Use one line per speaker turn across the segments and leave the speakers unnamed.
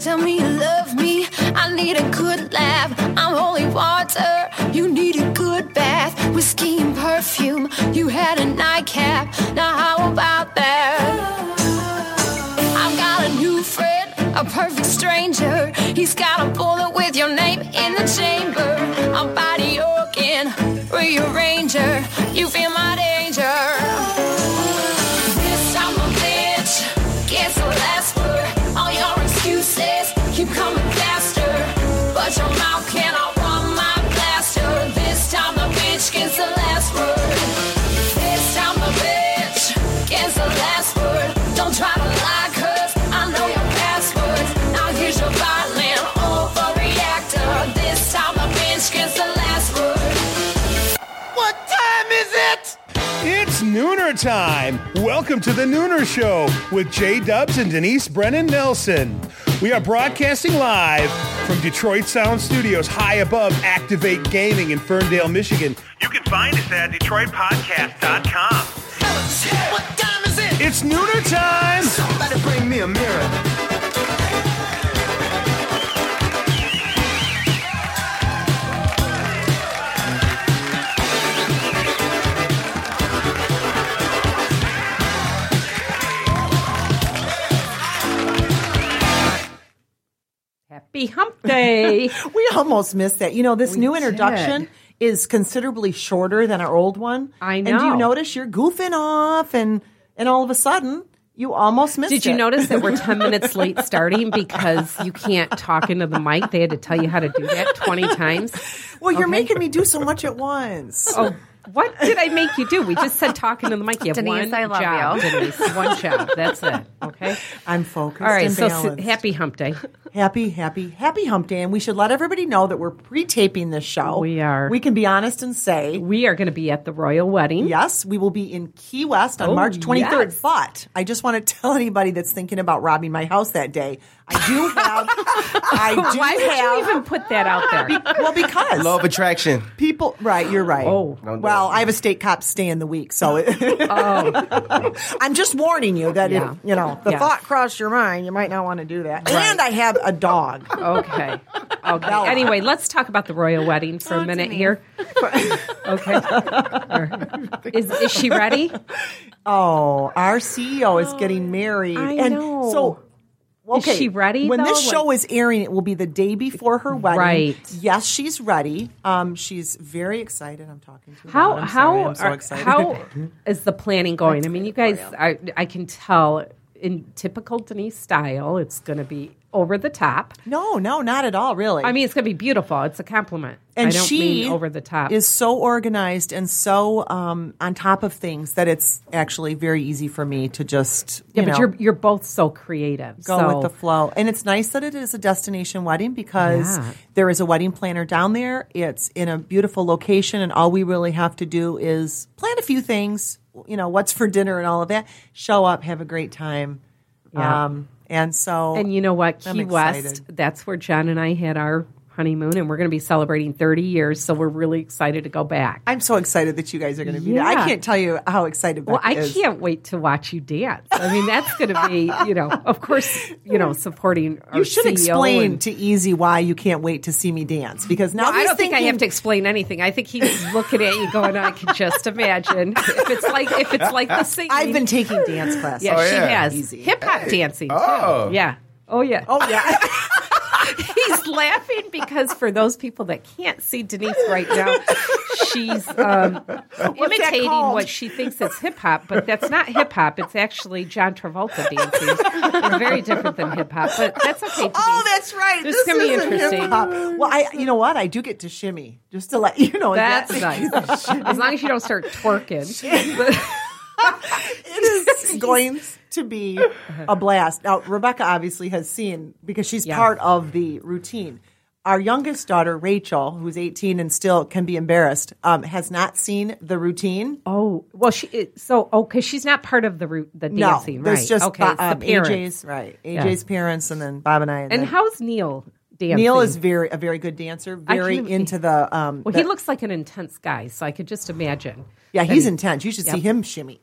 Tell me you love me. I need a good laugh. I'm holy water. You need a good bath. Whiskey and perfume. You had a nightcap. Now how about that? I've got a new friend, a perfect stranger. He's got a bullet with your name in the chamber. I'm body organ, rearranger. You feel my danger. This time a bitch gets a lesper. All your excuses keep coming faster, but your mouth cannot want my blaster. This time a bitch gets the last word. This time a bitch gets the last word. Don't try to lie, cause I know your passwords. Now here's your violin overreactor. This time a bitch gets the last word.
What time is it? It's nooner time. Welcome to the Nooner Show with Jay Dubs and Denise Brennan Nelson. We are broadcasting live from Detroit Sound Studios, high above Activate Gaming in Ferndale, Michigan.
You can find us at DetroitPodcast.com.
What time is it?
It's nooner time.
Somebody bring me a mirror.
Happy Hump Day.
We almost missed that. You know, this new
did.
introduction is considerably shorter than our old one.
I
And do
know.
you notice you're goofing off and and all of a sudden you almost missed it.
Did you notice that we're 10 minutes late starting because you can't talk into the mic? They had to tell you how to do that 20 times.
Well, you're
Okay.
making me do so much at once.
Oh, what did I make you do? We just said talk into the mic. You have
Denise,
one
I love
job,
you.
Denise. One job. That's it. Okay.
I'm focused.
All right.
and
So s-
balanced.
happy Hump Day.
happy, happy, happy hump day. And we should let everybody know that we're pre-taping this show.
We are.
We can be honest and say
We are going to be at the royal wedding.
Yes, we will be in Key West on
Oh,
March 23rd.
yes.
But I just want to tell anybody that's thinking about robbing my house that day, I do have. I do
Why would
have.
you even put that out there?
well, because
Law of attraction.
people, right? You're right.
Oh.
Don't do
well,
it.
I have a state cop stay in the week, so it,
Oh,
I'm just warning you that
Yeah.
if you know the
Yeah.
thought crossed your mind, you might not want to do that. And I have a dog.
okay. Okay.
Bella.
Anyway, let's talk about the royal wedding for a minute
Denise.
here. Okay. All right. Is, is she ready?
Oh, our CEO is getting married,
Oh, I
and
know.
so okay,
she ready,
When this
though?
show
Like-
is airing, it will be the day before her wedding.
Right.
Yes, she's ready. Um, she's very excited. I'm talking to her.
How
now. I'm
how
sorry. I'm so
are-
excited.
how is the planning going? I mean, you guys, are, I can tell in typical Denise style, it's going to be over the top.
no, no, not at all. Really.
I mean, it's going to be beautiful. It's a compliment.
and
I don't
she
mean over the top.
is so organized and so um, on top of things that it's actually very easy for me to just
yeah,
you
but
know,
you're you're both so creative.
go
so
with the flow. And it's nice that it is a destination wedding because
Yeah.
there is a wedding planner down there. It's in a beautiful location, and all we really have to do is plan a few things. You know, what's for dinner and all of that. Show up, have a great time.
Yeah.
Um, and so,
and you know what,
I'm
Key West.
excited.
That's where John and I had our honeymoon, and we're going to be celebrating 30 years. So we're really excited to go back.
I'm so excited that you guys are going to be there.
Yeah.
I can't tell you how excited.
Well,
Becca
I
is.
can't wait to watch you dance. I mean, that's going to be, you know, of course, you know, supporting. Our
You should
CEO
explain
and-
to Easy why you can't wait to see me dance because now
I
he's
don't think I
thinking-
have to explain anything. I think he's looking at you, going, "I can just imagine if it's like if it's like the singing."
I've been taking dance classes.
yeah, she
yeah.
has hip hop dancing.
Oh.
too. yeah, oh yeah.
Oh yeah.
He's laughing because for those people that can't see Denise right now, she's um, imitating
called?
what she thinks is hip hop, but that's not hip hop. It's actually John Travolta dancing. They're very different than hip hop, but that's okay. Denise.
Oh, that's right.
This is
This,
gonna be
isn't
interesting.
hip-hop. Well, I, you know what? I do get to shimmy just to let you know.
That's
that-
nice. As long as you don't start twerking. But-
it is going to be a blast. Now, Rebecca obviously has seen because she's
Uh-huh. Yeah.
part of the routine. Our youngest daughter, Rachel, who's 18 and still can be embarrassed, um, has not seen the routine.
Oh well, she it- so oh because she's not part of the root the dancing,
no,
right?
there's just
okay,
Bo-
it's
um,
the parents.
AJ's right,
Yeah.
AJ's parents, and then Bob and I.
And
then-
how's Neil dancing?
Neil is very a very good dancer,
I
very
can-
into the. Um,
well.
the-
He looks like an intense guy, so I could just imagine.
yeah, he's intense. You should
Yeah.
see him shimmy.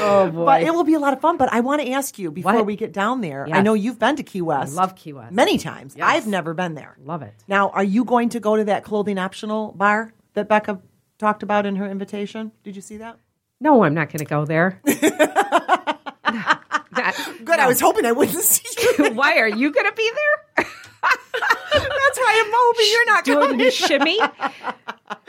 Oh boy.
But it will be a lot of fun. But I want to ask you before
What?
we get down there. I
Yes.
know you've been to Key West.
love Key West.
Many times.
Yes.
I've never been there.
Love it.
Now, are you going to go to that clothing optional bar that Becca talked about in her invitation? Did you see that?
No, I'm not going to go there.
Good. I was hoping I wouldn't see you.
Why are you going to be there?
That's why I'm hoping you're not going.
Doing the shimmy,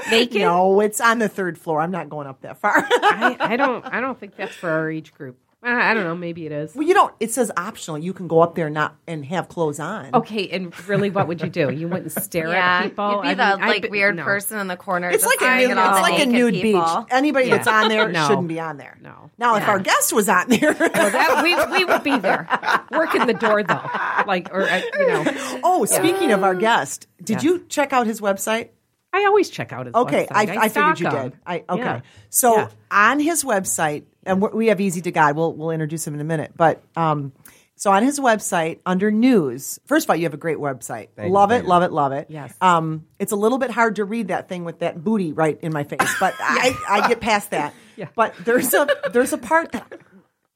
naked.
No, it's on the third floor. I'm not going up that far.
I, I don't. I don't think that's for our age group. I, I don't know. Maybe it is.
well, you don't. It says optional. You can go up there and not and have clothes on.
Okay, and really, what would you do? You wouldldn't stare
yeah,
at people.
you'd be
I
the
mean, I
like
be-
weird
no.
person in the corner.
It's
just
like a
eyeing
nude,
all
it's
the
like a
naked
nude
people.
beach. Anybody that's
Yeah.
on there
No.
shouldn't be on there.
No.
Now, if
Yeah.
our guest was on there,
That- we, we would be there, working the door though, like or uh, you know.
oh, speaking of our guest, did
Yes.
you check out his website?
I always check out his.
Okay,
website.
I, I,
stalk
figured you
him.
did. I okay.
Yeah.
So
Yeah.
on his website, and we we have Easy to Guide. We'll we'll introduce him in a minute, but um, so on his website under news, first of all, you have a great website. love it, love it, love it.
Yes.
Um, it's a little bit hard to read that thing with that booty right in my face, but I, I get past that.
Yeah.
But there's a there's a part that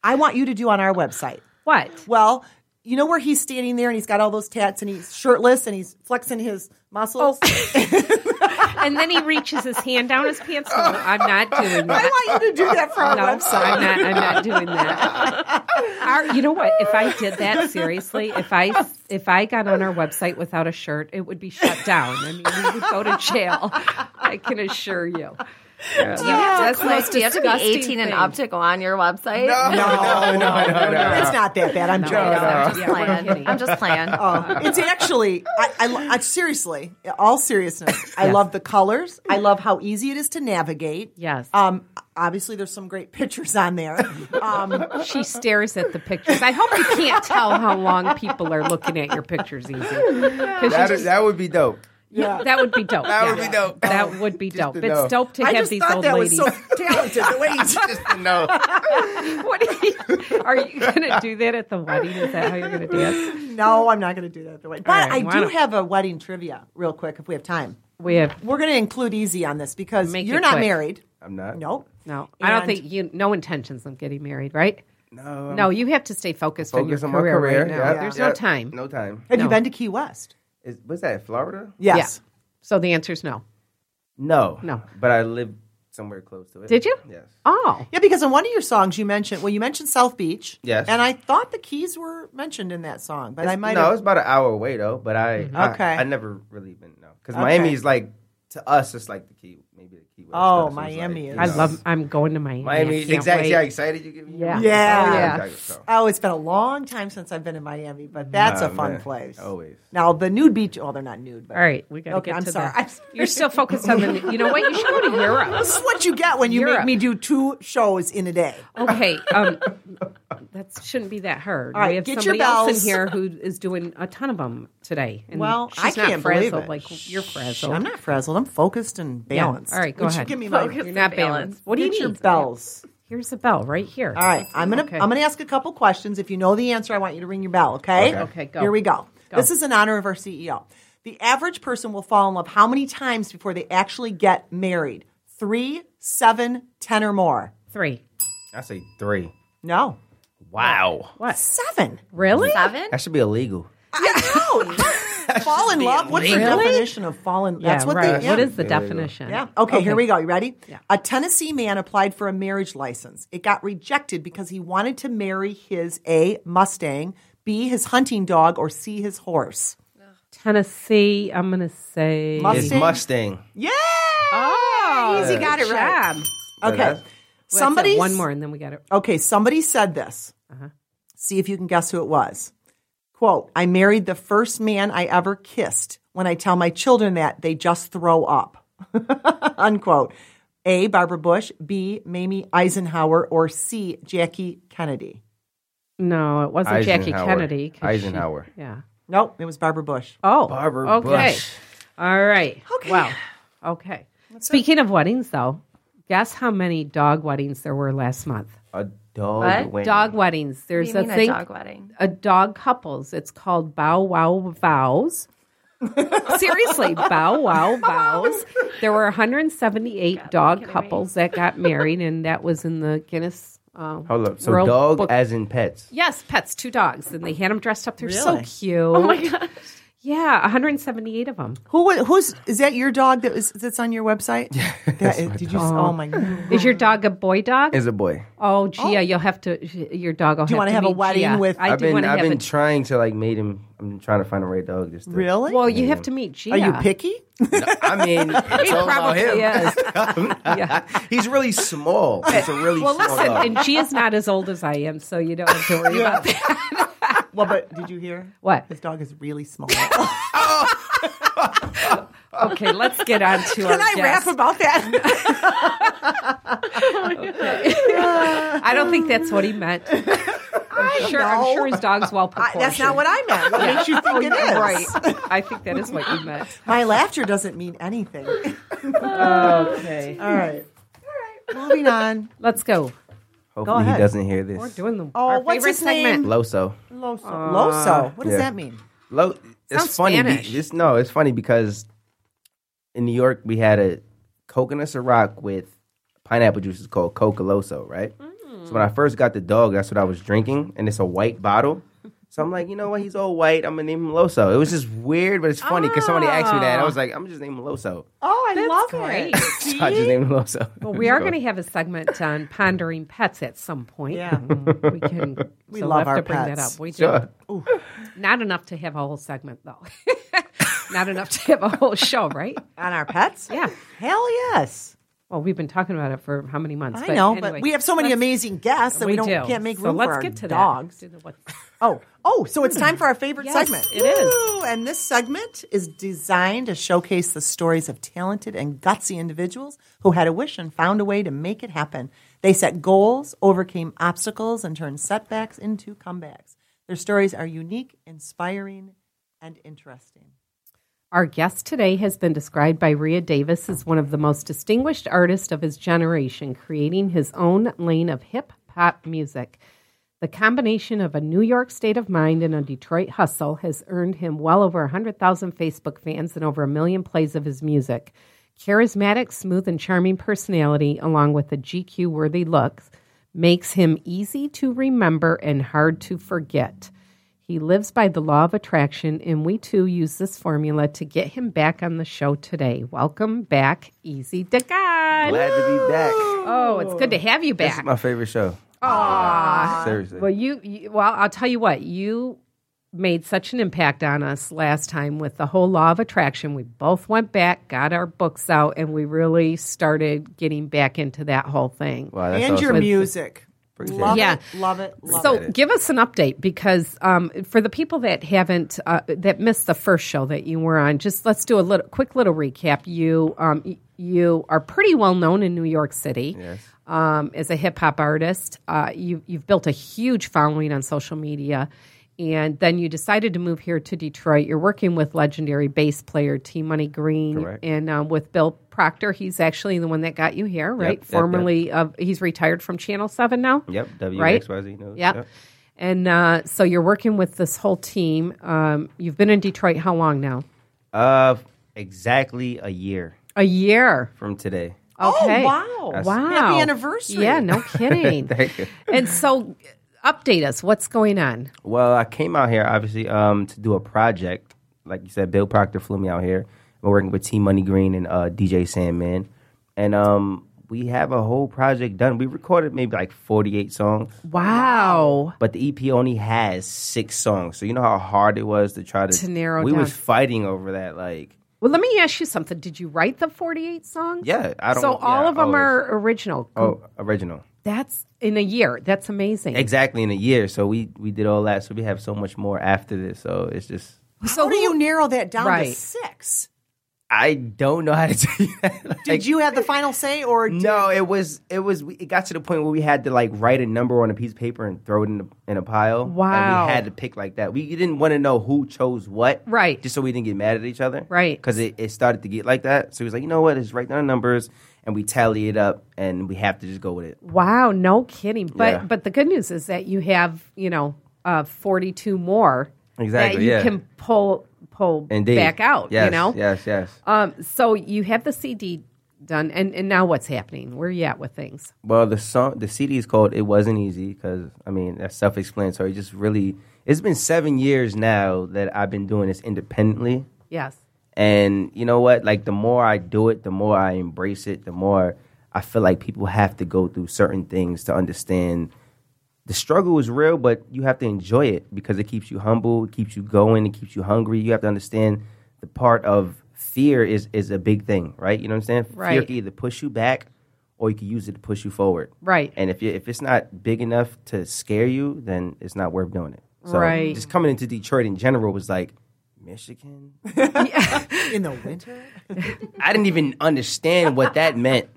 I want you to do on our website.
what?
Well, you know where he's standing there and he's got all those tats and he's shirtless and he's flexing his muscles.
Oh, And then he reaches his hand down his pants. No, I'm not doing
I
that.
want you to do that for our
No,
website.
I'm not. I'm not doing that. Our, you know what? If I did that seriously, if I if I got on our website without a shirt, it would be shut down. I mean, we would go to jail. I can assure you.
Do you have to,
the most
do you have to be
disgusting
18 and
thing.
up to go on your website?
no, no, no, no. It's not that bad. I'm joking.
I'm just
Yeah, we're
playing.
kidding.
I'm just playing.
Oh, it's actually, I, I, lo- I- seriously, all seriousness, I love the colors. I love how easy it is to navigate.
Yes.
Um, obviously, there's some great pictures on there. Um,
She stares at the pictures. I hope you can't tell how long people are looking at your pictures easy. 'Cause
That,
you
is, that would be dope.
Yeah, that would be dope.
That would
yeah.
be dope.
That would be dope.
to
It's
know.
dope to
I
have
just
these
thought
old
that
ladies.
was so talented. The way
Just to know.
What are you, are you going to do that at the wedding? Is that how you're going to dance?
no, I'm not going to do that. The way, but
right,
I
why
do
not?
have a wedding trivia, real quick, if we have time.
We have
We're going to include easy on this because
Make
you're
it
not
quick.
married.
I'm not.
Nope.
no. I don't
And-
think you no intentions of getting married, right?
No.
No, you have to stay focused on your
Focus on my
career,
career.
right now.
Yeah,
There's
yeah.
no time.
No time.
Have you
No.
been to Key West?
Is, was that Florida?
Yes.
Yeah. So the answer is no.
No.
No.
But I lived somewhere close to it.
Did you?
Yes.
Oh,
Yeah, because in one of your songs you mentioned well, you mentioned South Beach.
Yes.
And I thought the keys were mentioned in that song, but I might
No,
have
it's about an hour away though. But I, I
Okay.
I never really been no because
Okay.
Miami is like to us it's like the key maybe the key. West
Oh,
stuff, so it's
Miami
like,
is-
you
I
know,
love. I'm going to Miami. I
Miami.
can't
Exactly.
wait.
How excited you get? me?
Yeah.
Yeah.
Oh,
Yeah.
exactly, so.
Oh, it's been a long time since I've been in Miami, but that's
Oh,
a fun
man.
place.
Always.
Now the nude beach oh they're not nude, but
All right, we got to
Okay,
get
I'm
to
sorry.
the.
I'm sorry.
You're still focused on the. You know what? You should go to Europe.
this is what you get when you
Europe.
make me do two shows in a day.
Okay, um, that shouldn't be that hard.
All right,
we have
get your
somebody else in
bells.
here who is doing a ton of them today. And
Well,
she's
I
not
can't believe
frazzled
it.
like you're
Shh,
frazzled.
I'm not frazzled. I'm focused and
Yeah.
balanced.
All right, go
Would you
ahead.
give me my
You're not balanced. What do
get
you
your
need?
bells.
Here's a bell right here.
All right, I'm gonna
Okay.
I'm gonna ask a couple questions. If you know the answer, I want you to ring your bell. Okay.
Okay.
Okay, go.
Here we go.
Go.
This is in honor of our CEO. The average person will fall in love how many times before they actually get married? Three, seven, ten, or more.
Three.
I say three.
No,
Wow.
What?
seven.
Really?
Seven?
That should be illegal.
I know. fall in love. What's the
illegal. Really?
definition of fall in?
Yeah,
that's what
right.
they. Yeah.
What is the
Yeah, there you go.
definition?
Yeah. Okay, Here we go. You ready? A Tennessee man applied for a marriage license. It got rejected because he wanted to marry his a Mustang, b his hunting dog, or c his horse.
Tennessee. I'm gonna say.
Must-
It's Mustang.
Yeah.
Oh,
Easy got it
good
right.
job. Wait,
Okay.
that's it.
Somebody.
One more, Uh-huh. and then we got it.
Okay. Somebody said this. See if you can guess who it was. Quote: I married the first man I ever kissed. When I tell my children that, they just throw up. Unquote. A. Barbara Bush. B. Mamie Eisenhower. Or C. Jackie Kennedy.
No, it wasn't Jackie
Eisenhower.
Kennedy. 'cause she-
Eisenhower.
yeah.
Nope, it was Barbara Bush.
Oh,
Barbara
okay.
Bush.
All right.
Okay.
Wow. Okay. Speaking of weddings, though, guess how many dog weddings there were last month?
A dog.
What?
wing.
Dog weddings.
What do
There's
you mean
a
a
thing.
dog wedding?
a dog couples. It's called Bow Wow Vows. Seriously, Bow Wow Vows. There were 178 dog couples that got married, and that was in the Guinness uh,
Hold up. So
World
dog
Book-
as in pets.
Yes, pets, two dogs, and they had them dressed up. They're so
Really?
cute. Oh my gosh. Yeah, 178 of them.
Who wa- who's is that your dog that was that's on your website? Yeah, that, is, did you? s- Oh my! God.
Is your dog a boy dog?
Is a boy.
oh, Gia, you'll have to. Your dog will
Do you
have
wanna
to
have a
meet
wedding
Gia.
with-
I
I've
do
been
want to
I've
have
been
a.
trying to like made him. I'm trying to find the right dog. Just to,
Really?
well, you have to meet Gia.
Are Oh, you picky?
I mean, it's all about
probably
him.
is. yeah.
He's really small. It's a really
Well,
small
listen,
dog.
and Gia's not as old as I am, so you don't have to worry about that.
Well, but did you hear?
What?
His dog is really small.
Okay, let's get on to our
I
guest.
rap about that.
I don't think that's what he meant. I'm sure, I'm sure his dog's well proportioned.
That's not what I meant. What makes you think it is?
Right. I think that is what you meant.
My laughter doesn't mean anything.
Okay.
All right. Moving on.
Let's go.
go
Hopefully, he
ahead.
doesn't hear
We're
this.
doing the
Oh,
our
what's
favorite
his
segment.
name?
Loso.
Loso. Uh, Loso. What does
yeah.
that mean?
Lo-
Sounds
it's funny. be-
Spanish.
it's- no, it's funny because in New York we had a coconut Ciroc with pineapple juice. It's called Cocoloso, right?
Mm.
So when I first got the dog, that's what I was drinking, and it's a white bottle. So I'm like, you know what? He's all white. I'm gonna name him Loso. It was just weird, but it's funny because somebody asked me that. And I was like, I'm just naming him Loso.
Oh, I love
great.
it.
So I just named him Loso.
Well, we are going to have a segment on pondering pets at some point.
Yeah.
we can.
We
so we'll
love
have
our
to bring that
pets.
up. We do.
Sure.
Not enough to have a whole segment though. Not enough to have a whole show, right?
On our pets?
Yeah.
Hell yes.
Well, we've been talking about it for how many months?
I know,
anyway,
but we have so many
let's-
amazing guests that we, don't
do.
can't make
So
room
let's
for
get
our
to that.
dogs.
Do the what-
Oh, oh, so it's time for our favorite
Hmm. Yes,
segment.
it is.
Woo! And this segment is designed to showcase the stories of talented and gutsy individuals who had a wish and found a way to make it happen. They set goals, overcame obstacles, and turned setbacks into comebacks. Their stories are unique, inspiring, and interesting.
Our guest today has been described by Rhea Davis as one of the most distinguished artists of his generation, creating his own lane of hip hop music. The combination of a New York state of mind and a Detroit hustle has earned him well over 100,000 Facebook fans and over a million plays of his music. Charismatic, smooth, and charming personality, along with a GQ worthy look, makes him easy to remember and hard to forget. He lives by the law of attraction, and we too use this formula to get him back on the show today. Welcome back, Easy to God.
Glad to be back.
Oh, it's good to have you
This
back.
is my favorite show. Seriously.
well, you, you, well, I'll tell you what, you made such an impact on us last time with the whole law of attraction. We both went back, got our books out, and we really started getting back into that whole thing.
wow, that's
and your
awesome.
music.
Appreciate
Love
it.
Yeah.
it, love it, love
so
it.
give us an update because um, for the people that haven't uh, that missed the first show that you were on just let's do a little quick little recap you um, y- you are pretty well known in new york city um, as a hip-hop artist uh, you, you've built a huge following on social media and then you decided to move here to Detroit. You're working with legendary bass player T Money Green
Correct.
and um, with Bill Proctor. He's actually the one that got you here, right?
yep, yep.
Formerly of he's retired from Channel 7 now.
Yep. WXYZ
Right?
knows.
Yep. And uh, so you're working with this whole team. Um, you've been in Detroit how long now?
Uh, exactly a year
A year.
from today.
Okay.
Oh, wow. That's-
Wow.
Happy anniversary.
Yeah, no kidding.
Thank you.
And so update us. What's going on?
Well, I came out here obviously um, to do a project. Like you said, Bill Proctor flew me out here. We're working with T Money Green and uh, DJ Sandman, and um, we have a whole project done. We recorded maybe like forty-eight songs,
Wow.
but the EP only has six songs. So you know how hard it was to try to,
To narrow
We
down.
was fighting over that. Like,
Well, let me ask you something. Did you write the 48 songs?
yeah, I don't.
So
yeah,
all of them
always.
are original.
oh original.
That's in a year. That's amazing.
exactly in a year. So we we did all that. So we have so much more after this. So it's just
So
How do you narrow that down to
Right.
six?
I don't know how to tell you that. Like,
Did you have the final say, or did
No, it was it was we- it got to the point where we had to like write a number on a piece of paper and throw it in a, in a pile.
Wow.
And we had to pick like that. We didn't want to know who chose what.
Right.
Just so we didn't get mad at each other.
Right.
Because it, it started to get like that. So he was like, you know what? Just write down the numbers and we tally it up and we have to just go with it.
Wow, no kidding. But
Yeah.
but the good news is that you have you know uh, forty two more that
Exactly,
you
yeah.
can pull pull
Indeed.
back out.
Yes,
you know,
Yes, yes.
um, so you have the CD done. And and now what's happening? Where you at with things?
Well, the song, the CD is called "It Wasn't Easy" because I mean that's self-explanatory. Just really, it's been seven years now that I've been doing this independently,
Yes.
and you know what? Like the more I do it, the more I embrace it, the more I feel like people have to go through certain things to understand. The struggle is real, but you have to enjoy it because it keeps you humble, it keeps you going, it keeps you hungry. You have to understand the part of fear is is a big thing, right? You know what I'm saying? Fear
Right.
can either push you back or you can use it to push you forward.
Right.
And if you if it's not big enough to scare you, then it's not worth doing it. So
Right.
just coming into Detroit in general was like Michigan.
in the winter.
I didn't even understand what that meant.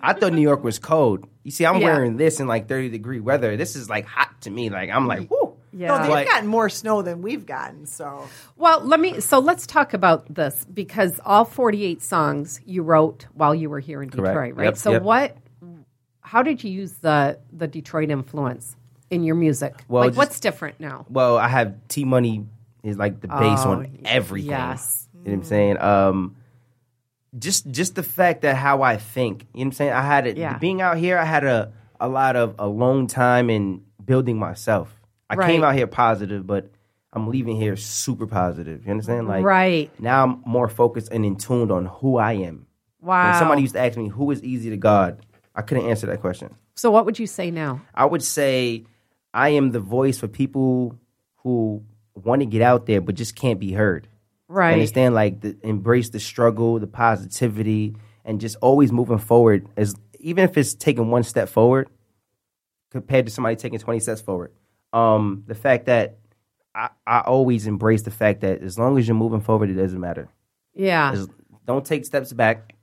I thought New York was cold. You see, I'm
Yeah.
wearing this in like 30 degree weather. This is like hot to me. Like I'm like, whoo.
Yeah.
No, they've
Like-
gotten more snow than we've gotten. So
Well, let me. So let's talk about this because all 48 songs you wrote while you were here in
Correct.
Detroit, right?
Yep,
so
yep.
what? How did you use the the Detroit influence in your music?
Well,
like
just-
what's different now?
Well, I have T Money is like the base
Oh,
on everything.
yes.
You know what I'm saying? Um, just just the fact that how I think. You know what I'm saying? I had it
Yeah.
being out here. I had a a lot of alone time and building myself. I came
Right.
out here positive, but I'm leaving here super positive. You understand? Like
Right.
now, I'm more focused and in tuned on who I am.
Wow.
When somebody used to ask me who is easy to God, I couldn't answer that question.
so what would you say now?
I would say I am the voice for people who want to get out there but just can't be heard.
Right.
Understand, like the, embrace the struggle, the positivity, and just always moving forward. As even if it's taking one step forward, compared to somebody taking twenty steps forward. Um, the fact that I, I always embrace the fact that as long as you're moving forward, it doesn't matter.
Yeah.
As- don't take steps back.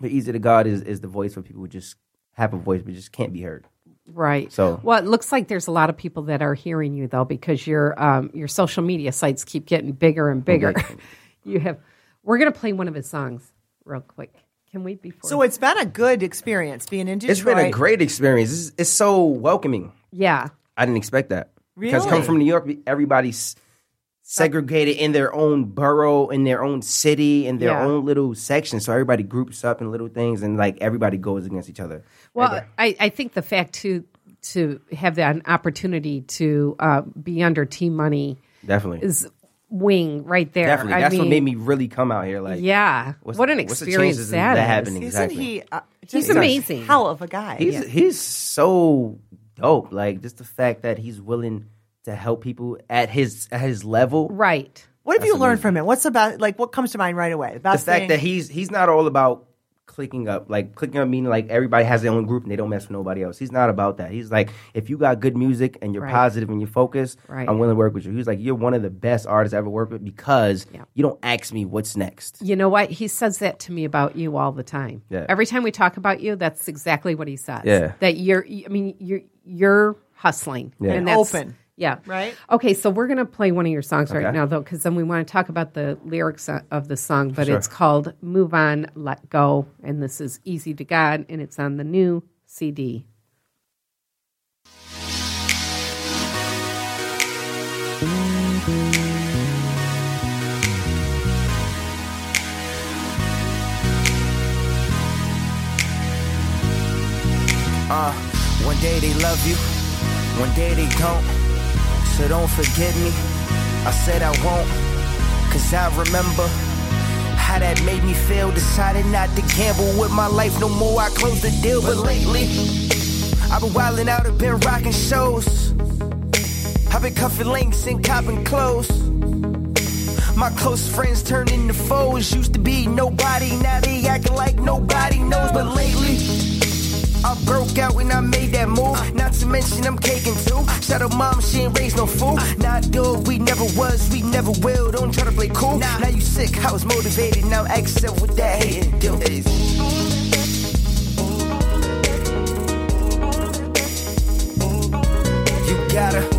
But easy to God is, is the voice for people who just have a voice but just can't be heard.
Right.
So-
well, it looks like there's a lot of people that are hearing you though, because your um, your social media sites keep getting bigger and bigger. you have. We're gonna play one of his songs real quick. Can we? Before.
so it's been a good experience being in Detroit.
It's been a great experience. It's, it's so welcoming.
yeah.
I didn't expect that. Because
Really?
coming from New York, everybody's
Uh,
segregated in their own borough, in their own city, in their
Yeah.
own little section. So everybody groups up in little things and like everybody goes against each other.
Well, I, I think the fact to to have that opportunity to uh, be under T Money
Definitely.
is wing right there.
Definitely.
I
That's what
mean,
made me really come out here. Like,
Yeah.
what's-
what an
what's the
experience
chances of
that
that
is.
happening?
Isn't
Exactly.
he? Uh,
He's
just a
amazing.
Hell of a guy.
He's he's so dope. Like just the fact that he's willing to help people at his at his level.
Right.
what have you learned from him? What's about like what comes to mind right away?
the
About
fact that he's he's not all about clicking up like clicking up meaning like everybody has their own group and they don't mess with nobody else he's not about that he's like if you got good music and you're
Right.
positive and you're focused
Right.
i'm willing to work with you he's like you're one of the best artists i ever worked with because you don't ask me what's next
You know what? He says that to me about you all the time.
Yeah.
Every time we talk about you, that's exactly what he says.
Yeah.
That you're I mean, you're you're hustling.
Yeah.
And that's
Open.
Yeah.
Right?
Okay, so we're going to play one of your songs right
Okay.
now though cuz then we want to talk about the lyrics o- of the song, but it's called Move On, Let Go and this is Easy to God and it's on the new CD.
Uh, one day they love you, one day they don't. So don't forget me. I said I won't, cause I remember how that made me feel. Decided not to gamble with my life no more. I closed the deal, but lately I've been wildin' out, I've been rocking shows. I've been cuffing links and copping clothes. My close friends turned into foes. Used to be nobody, now they acting like nobody knows. But lately, I broke out when I made that move. Not to mention I'm caking too. Shout out mom, she ain't raised no fool. Not dog, we never was, we never will. Don't try to play cool. Now you sick, I was motivated. Now excel with that hating. Deal You gotta.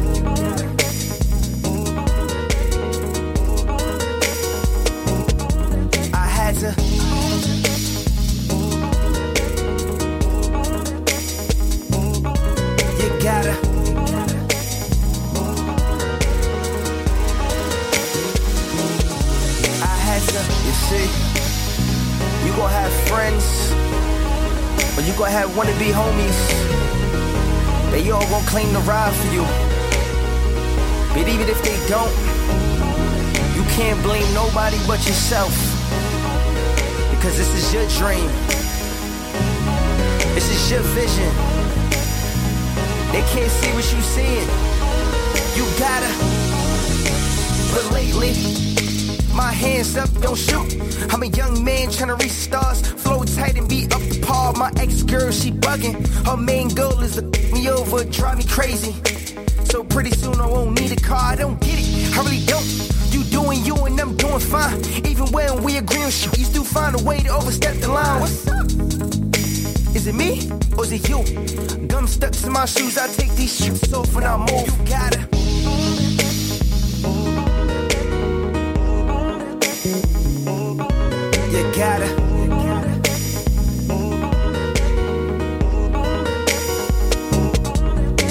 I had to. You gotta. I had to. You see, you gon' have friends
But you gonna have wanna be homies. They all gonna claim the ride for you. But even if they don't, you can't blame nobody but yourself. Because this is your dream. This is your vision. They can't see what you seeing. You gotta. But lately, my hands up, don't shoot. I'm a young man tryna reach stars, flow tight and be up to par. My ex girl, she bugging. Her main goal is to f- me over, drive me crazy. So pretty soon I won't need a car. I don't get it, I really don't. You doing you and I'm doing fine. Even when we agree on shit, you still find a way to overstep the line. What's up? Is it me or is it you? Gum stuck to my shoes. I take these shoes off when I move. You gotta. You gotta.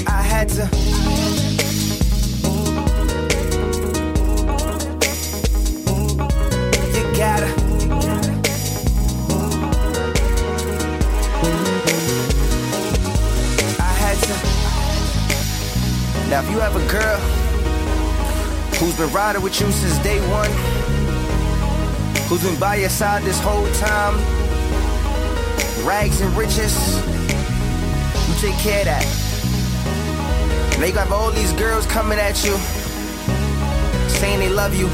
I had to. You gotta. I had to. Now, if you have a girl who's been riding with you since day one who's been by your side this whole time. Rags and riches, you take care of that. And they got all these girls coming at you, saying they love you,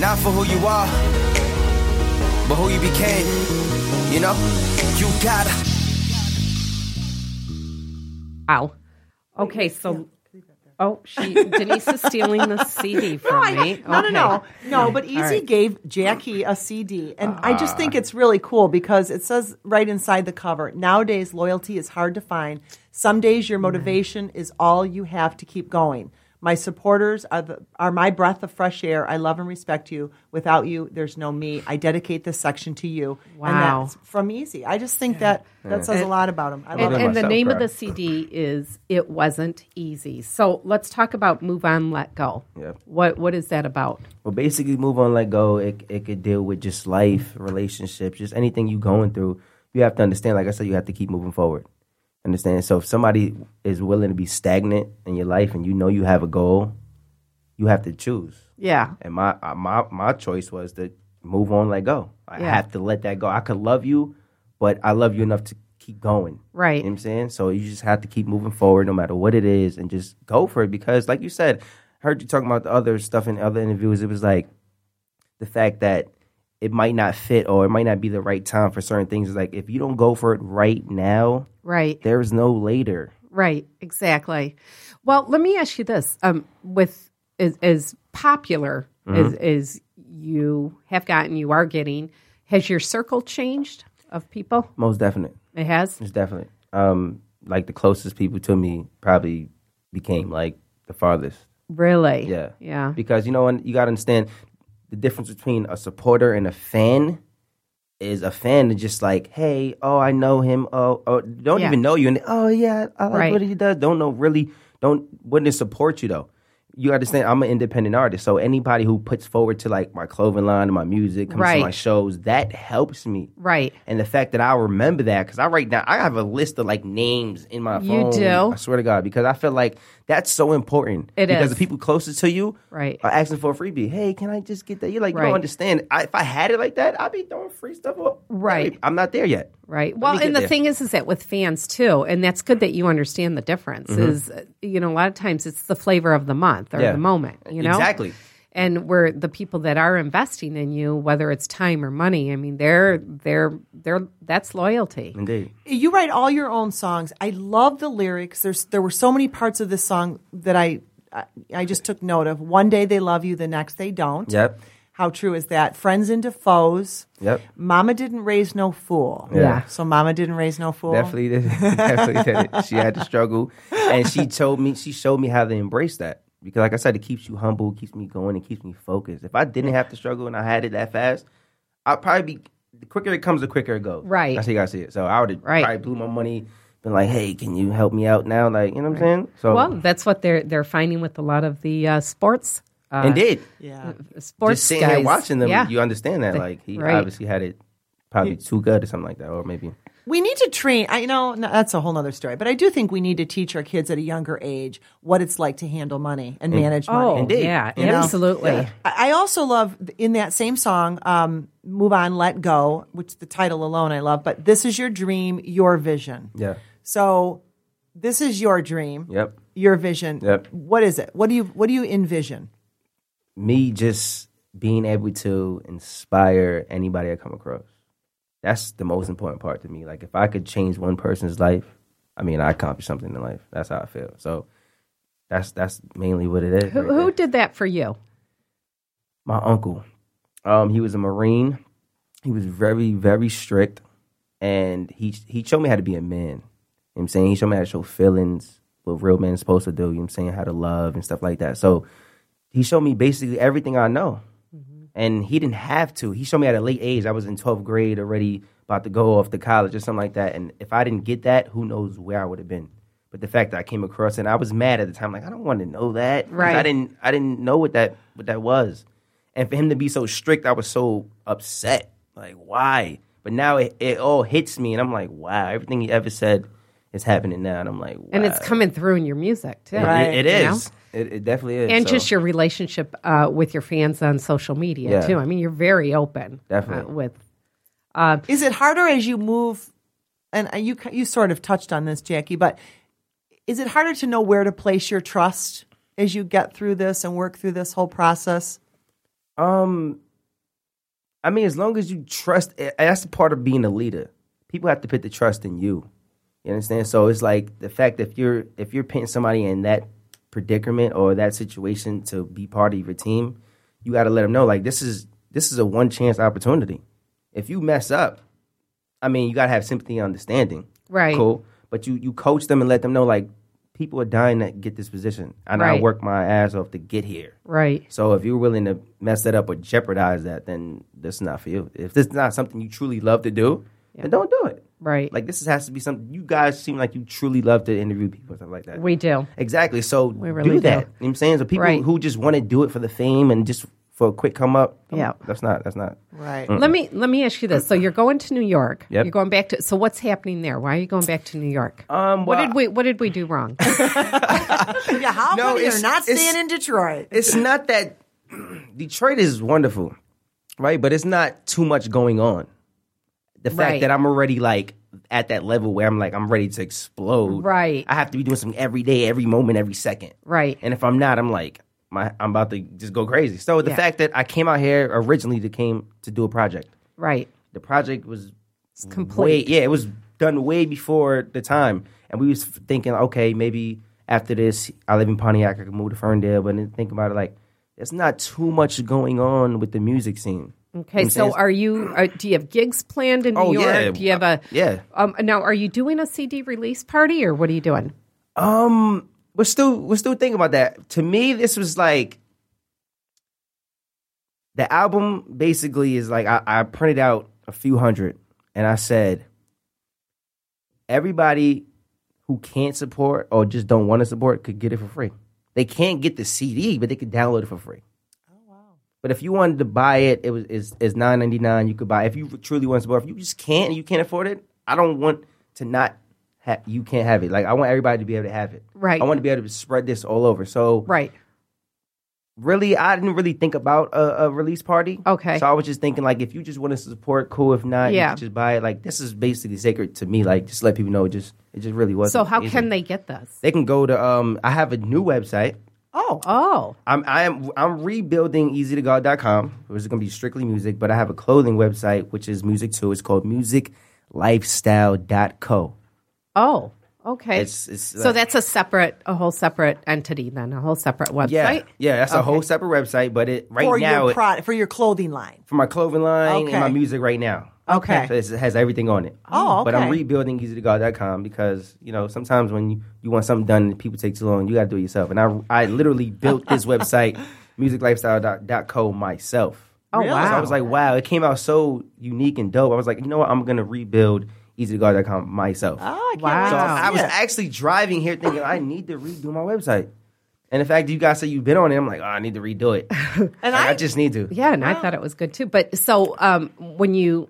not for who you are, but who you became. You know, you gotta.
Wow. Okay, so oh, she Denise is stealing the CD from me.
No, no, no,
Okay.
no. But Easy
right. Ah.
gave Jackie a CD, and I just think it's really cool because it says right inside the cover. Nowadays, loyalty is hard to find. Some days, your
Mm.
motivation is all you have to keep going. My supporters are, the, are my breath of fresh air. I love and respect you. Without you, there's no me. I dedicate this section to you. And
Wow.
that's from Easy. I just think that that says a lot about him. I love
And,
Well,
it.
then
and the
myself,
name of
bro.
the CD is "It Wasn't Easy." So let's talk about "Move On, Let Go."
Yep.
What What is that about?
Well, basically, move on, let go. It, it could deal with just life, relationships, just anything you going through. You have to understand, like I said, you have to keep moving forward. Understand? So if somebody is willing to be stagnant in your life and you know you have a goal, you have to choose.
Yeah.
And my uh, my my choice was to move on, let go. I
Yeah.
have to let that go. I could love you, but I love you enough to keep going.
Right.
You know what I'm saying? So you just have to keep moving forward no matter what it is and just go for it because like you said, I heard you talking about the other stuff in other interviews. It was like the fact that it might not fit or it might not be the right time for certain things. It's like if you don't go for it right now,
Right.
there's no later.
Right, exactly. Well, let me ask you this: um, with as, as popular
Mm-hmm.
as, as you have gotten, you are getting, has your circle changed of people?
Most definite.
It has.
Most definite. Um, like the closest people to me probably became like the farthest.
Really?
Yeah.
Yeah.
Because you know, and you gotta understand the difference between a supporter and a fan is a fan is just like, hey, oh, I know him. Oh, oh don't
Yeah.
even know you, and oh yeah, I like
Right.
what he does. Don't know really. Don't wouldn't support you though. You understand? I'm an independent artist, so anybody who puts forward to like my clothing line, and my music, comes
Right.
to my shows, that helps me.
Right.
And the fact that I remember that, because I write down, I have a list of like names in my
You
phone.
do?
I swear to God, because I feel like that's so important.
It
because
is.
the people closest to you
Right.
are asking for a freebie. Hey, can I just get that? You're like, you
Right.
don't understand. I, if I had it like that, I'd be throwing free stuff. Up.
Right.
I'm not there yet.
Right.
Let
Well,
me get
and the
there.
thing is, is that with fans too, and that's good that you understand the difference. Is uh, you know a lot of times it's the flavor of the month or
Mm-hmm. Yeah.
the moment. You know
Exactly.
And where the people that are investing in you, whether it's time or money, I mean, they're they're they're that's loyalty.
Indeed.
you write all your own songs. I love the lyrics. There's there were so many parts of this song that I I, I just took note of. One day they love you, the next they don't.
Yep.
How true is that? Friends into foes.
Yep.
Mama didn't raise no fool.
Yeah.
So mama didn't raise no fool.
Definitely did. Definitely did. it. She had to struggle, and she told me she showed me how to embrace that because, like I said, it keeps you humble, keeps me going, and keeps me focused. If I didn't have to struggle and I had it that fast, I'd probably be the quicker it comes, the quicker it goes.
Right.
That's how you gotta see it. So I would have
Right.
probably blew my money, been like, "Hey, can you help me out now?" Like, you know what I'm saying? So
Well, that's what they're they're finding with a lot of the uh, sports uh,
and did
Yeah.
sports
just sitting
guys.
there watching them,
Yeah.
you understand that. Like he
Right.
obviously had it probably too good or something like that, or maybe
we need to train. I know no, that's a whole nother story, but I do think we need to teach our kids at a younger age what it's like to handle money and manage money.
Oh, yeah, absolutely.
I I also love in that same song, um, "Move On, Let Go," which the title alone I love. But this is your dream, your vision.
Yeah.
So this is your dream.
Yep.
Your vision.
Yep.
What is it? What do you What do you envision?
me just being able to inspire anybody I come across. That's the most important part to me. Like if I could change one person's life, I mean I accomplished something in life. That's how I feel. So that's that's mainly what it is.
Who,
right
who
there.
did that for you?
My uncle. Um he was a Marine. He was very, very strict and he he showed me how to be a man. You know what I'm saying? He showed me how to show feelings, what real men's supposed to do, you know what I'm saying, how to love and stuff like that. So he showed me basically everything I know.
Mm-hmm.
And he didn't have to. He showed me at a late age. I was in 12th grade already, about to go off to college or something like that. And if I didn't get that, who knows where I would have been. But the fact that I came across it, and I was mad at the time, like I don't want to know that. 'Cause I
Right.
didn't I didn't know what that what that was. And for him to be so strict, I was so upset. Like, why? But now it, it all hits me and I'm like, wow, everything he ever said is happening now. And I'm like, wow.
And it's coming through in your music too.
It- Uh, it
you know?
is. It, it definitely is.
and
So-
just your relationship uh, with your fans on social media
Yeah.
too. I mean, you're very open,
Definitely.
uh, with
Is it harder as you move? And uh, you ki- you sort of touched on this, Jackie, but is it harder to know where to place your trust as you get through this and work through this whole process?
Um, I mean, as long as you trust, eh, that's the part of being a leader. People have to put the trust in you. You understand? So it's like the fact if you're if you're putting somebody in that predicament or that situation to be part of your team, you got to let them know like this is this is a one chance opportunity. If you mess up, I mean, you got to have sympathy and understanding.
Right.
Cool. But you you coach them and let them know like people are dying to get this position, and I
Right.
worked my ass off to get here.
right.
So if you're willing to mess that up or jeopardize that, then that's not for you. If this is not something you truly love to do, then don't do it.
Right.
Like this has to be something you guys seem like you truly love to interview people and stuff like that.
We do.
exactly. So
really
do that.
do.
You know what I'm saying so people
Right.
who just want to do it for the fame and just for a quick come up.
Yeah.
that's not. That's not.
Right.
Let me let me ask you this. So you're going to New York.
Yep.
You're going back to. So what's happening there? Why are you going back to New York?
Um,
what
well,
did we What did we do wrong?
Yeah, how
No,
come you're
it's-
not
it's-
staying in Detroit?
it's not that Detroit is wonderful, right? But it's not too much going on. The fact
Right.
that I'm already like at that level where I'm like I'm ready to explode.
Right.
I have to be doing something every day, every moment, every second.
right.
And if I'm not, I'm like my I'm about to just go crazy. So the
Yeah.
fact that I came out here originally to came to do a project.
Right.
The project was
It's
way
complete.
yeah it was done way before the time and we was thinking okay maybe after this i live in pontiac i can move to ferndale but then think about it like there's not too much going on with the music scene
Okay.
I'm saying
So
it's-
are you? Are, do you have gigs planned in New
Oh,
York?
yeah.
Do you have a?
Yeah.
Um, now, are you doing a CD release party or what are you doing?
um we're still we're still thinking about that to me this was like the album basically is like I, I printed out a few hundred and i said everybody who can't support or just don't want to support could get it for free. They can't get the CD, but they could download it for free.
Oh,
But if you wanted to buy it, it was is is nine ninety nine. You could buy it. if you truly want to support. If you just can't, and you can't afford it. I don't want to not have you can't have it. Like I want everybody to be able to have it.
Right.
I want to be able to spread this all over. So
Right.
really, I didn't really think about a, a release party.
Okay.
So I was just thinking like, if you just want to support, cool. If not,
Yeah.
you could just buy it. Like this is basically sacred to me. Like just let people know. It just it just really was.
So how can they get this?
They can go to. Um, I have a new website.
Oh. Oh.
I'm I am I'm rebuilding easytogod.com. It's going to be strictly music, but I have a clothing website which is music too. It's called musiclifestyle.co.
Oh. Okay.
It's- it's
so
like-
that's a separate, a whole separate entity then, a whole separate website.
Yeah, yeah, that's a whole separate website, but it right
for
now
your
it,
product, for your clothing line.
for my clothing line
Okay.
and my music right now.
Okay.
So it's- it has everything on it.
Oh,
But I'm
okay.
rebuilding easytogod.com because, you know, sometimes when you, you want something done and people take too long, you got to do it yourself. And I, I literally built this website, musiclifestyle.co, myself.
Oh, Really?
So I was like, wow, it came out so unique and dope. I was like, you know what? I'm going to rebuild easytogod.com myself.
Oh, I can't
Wow.
wait
So
to
I
see
was
it.
actually driving here thinking, I need to redo my website. And the fact that you guys say you've been on it, I'm like, oh, I need to redo it. and I,
I-
just need to.
Yeah, and I thought it was good too. But so um, when you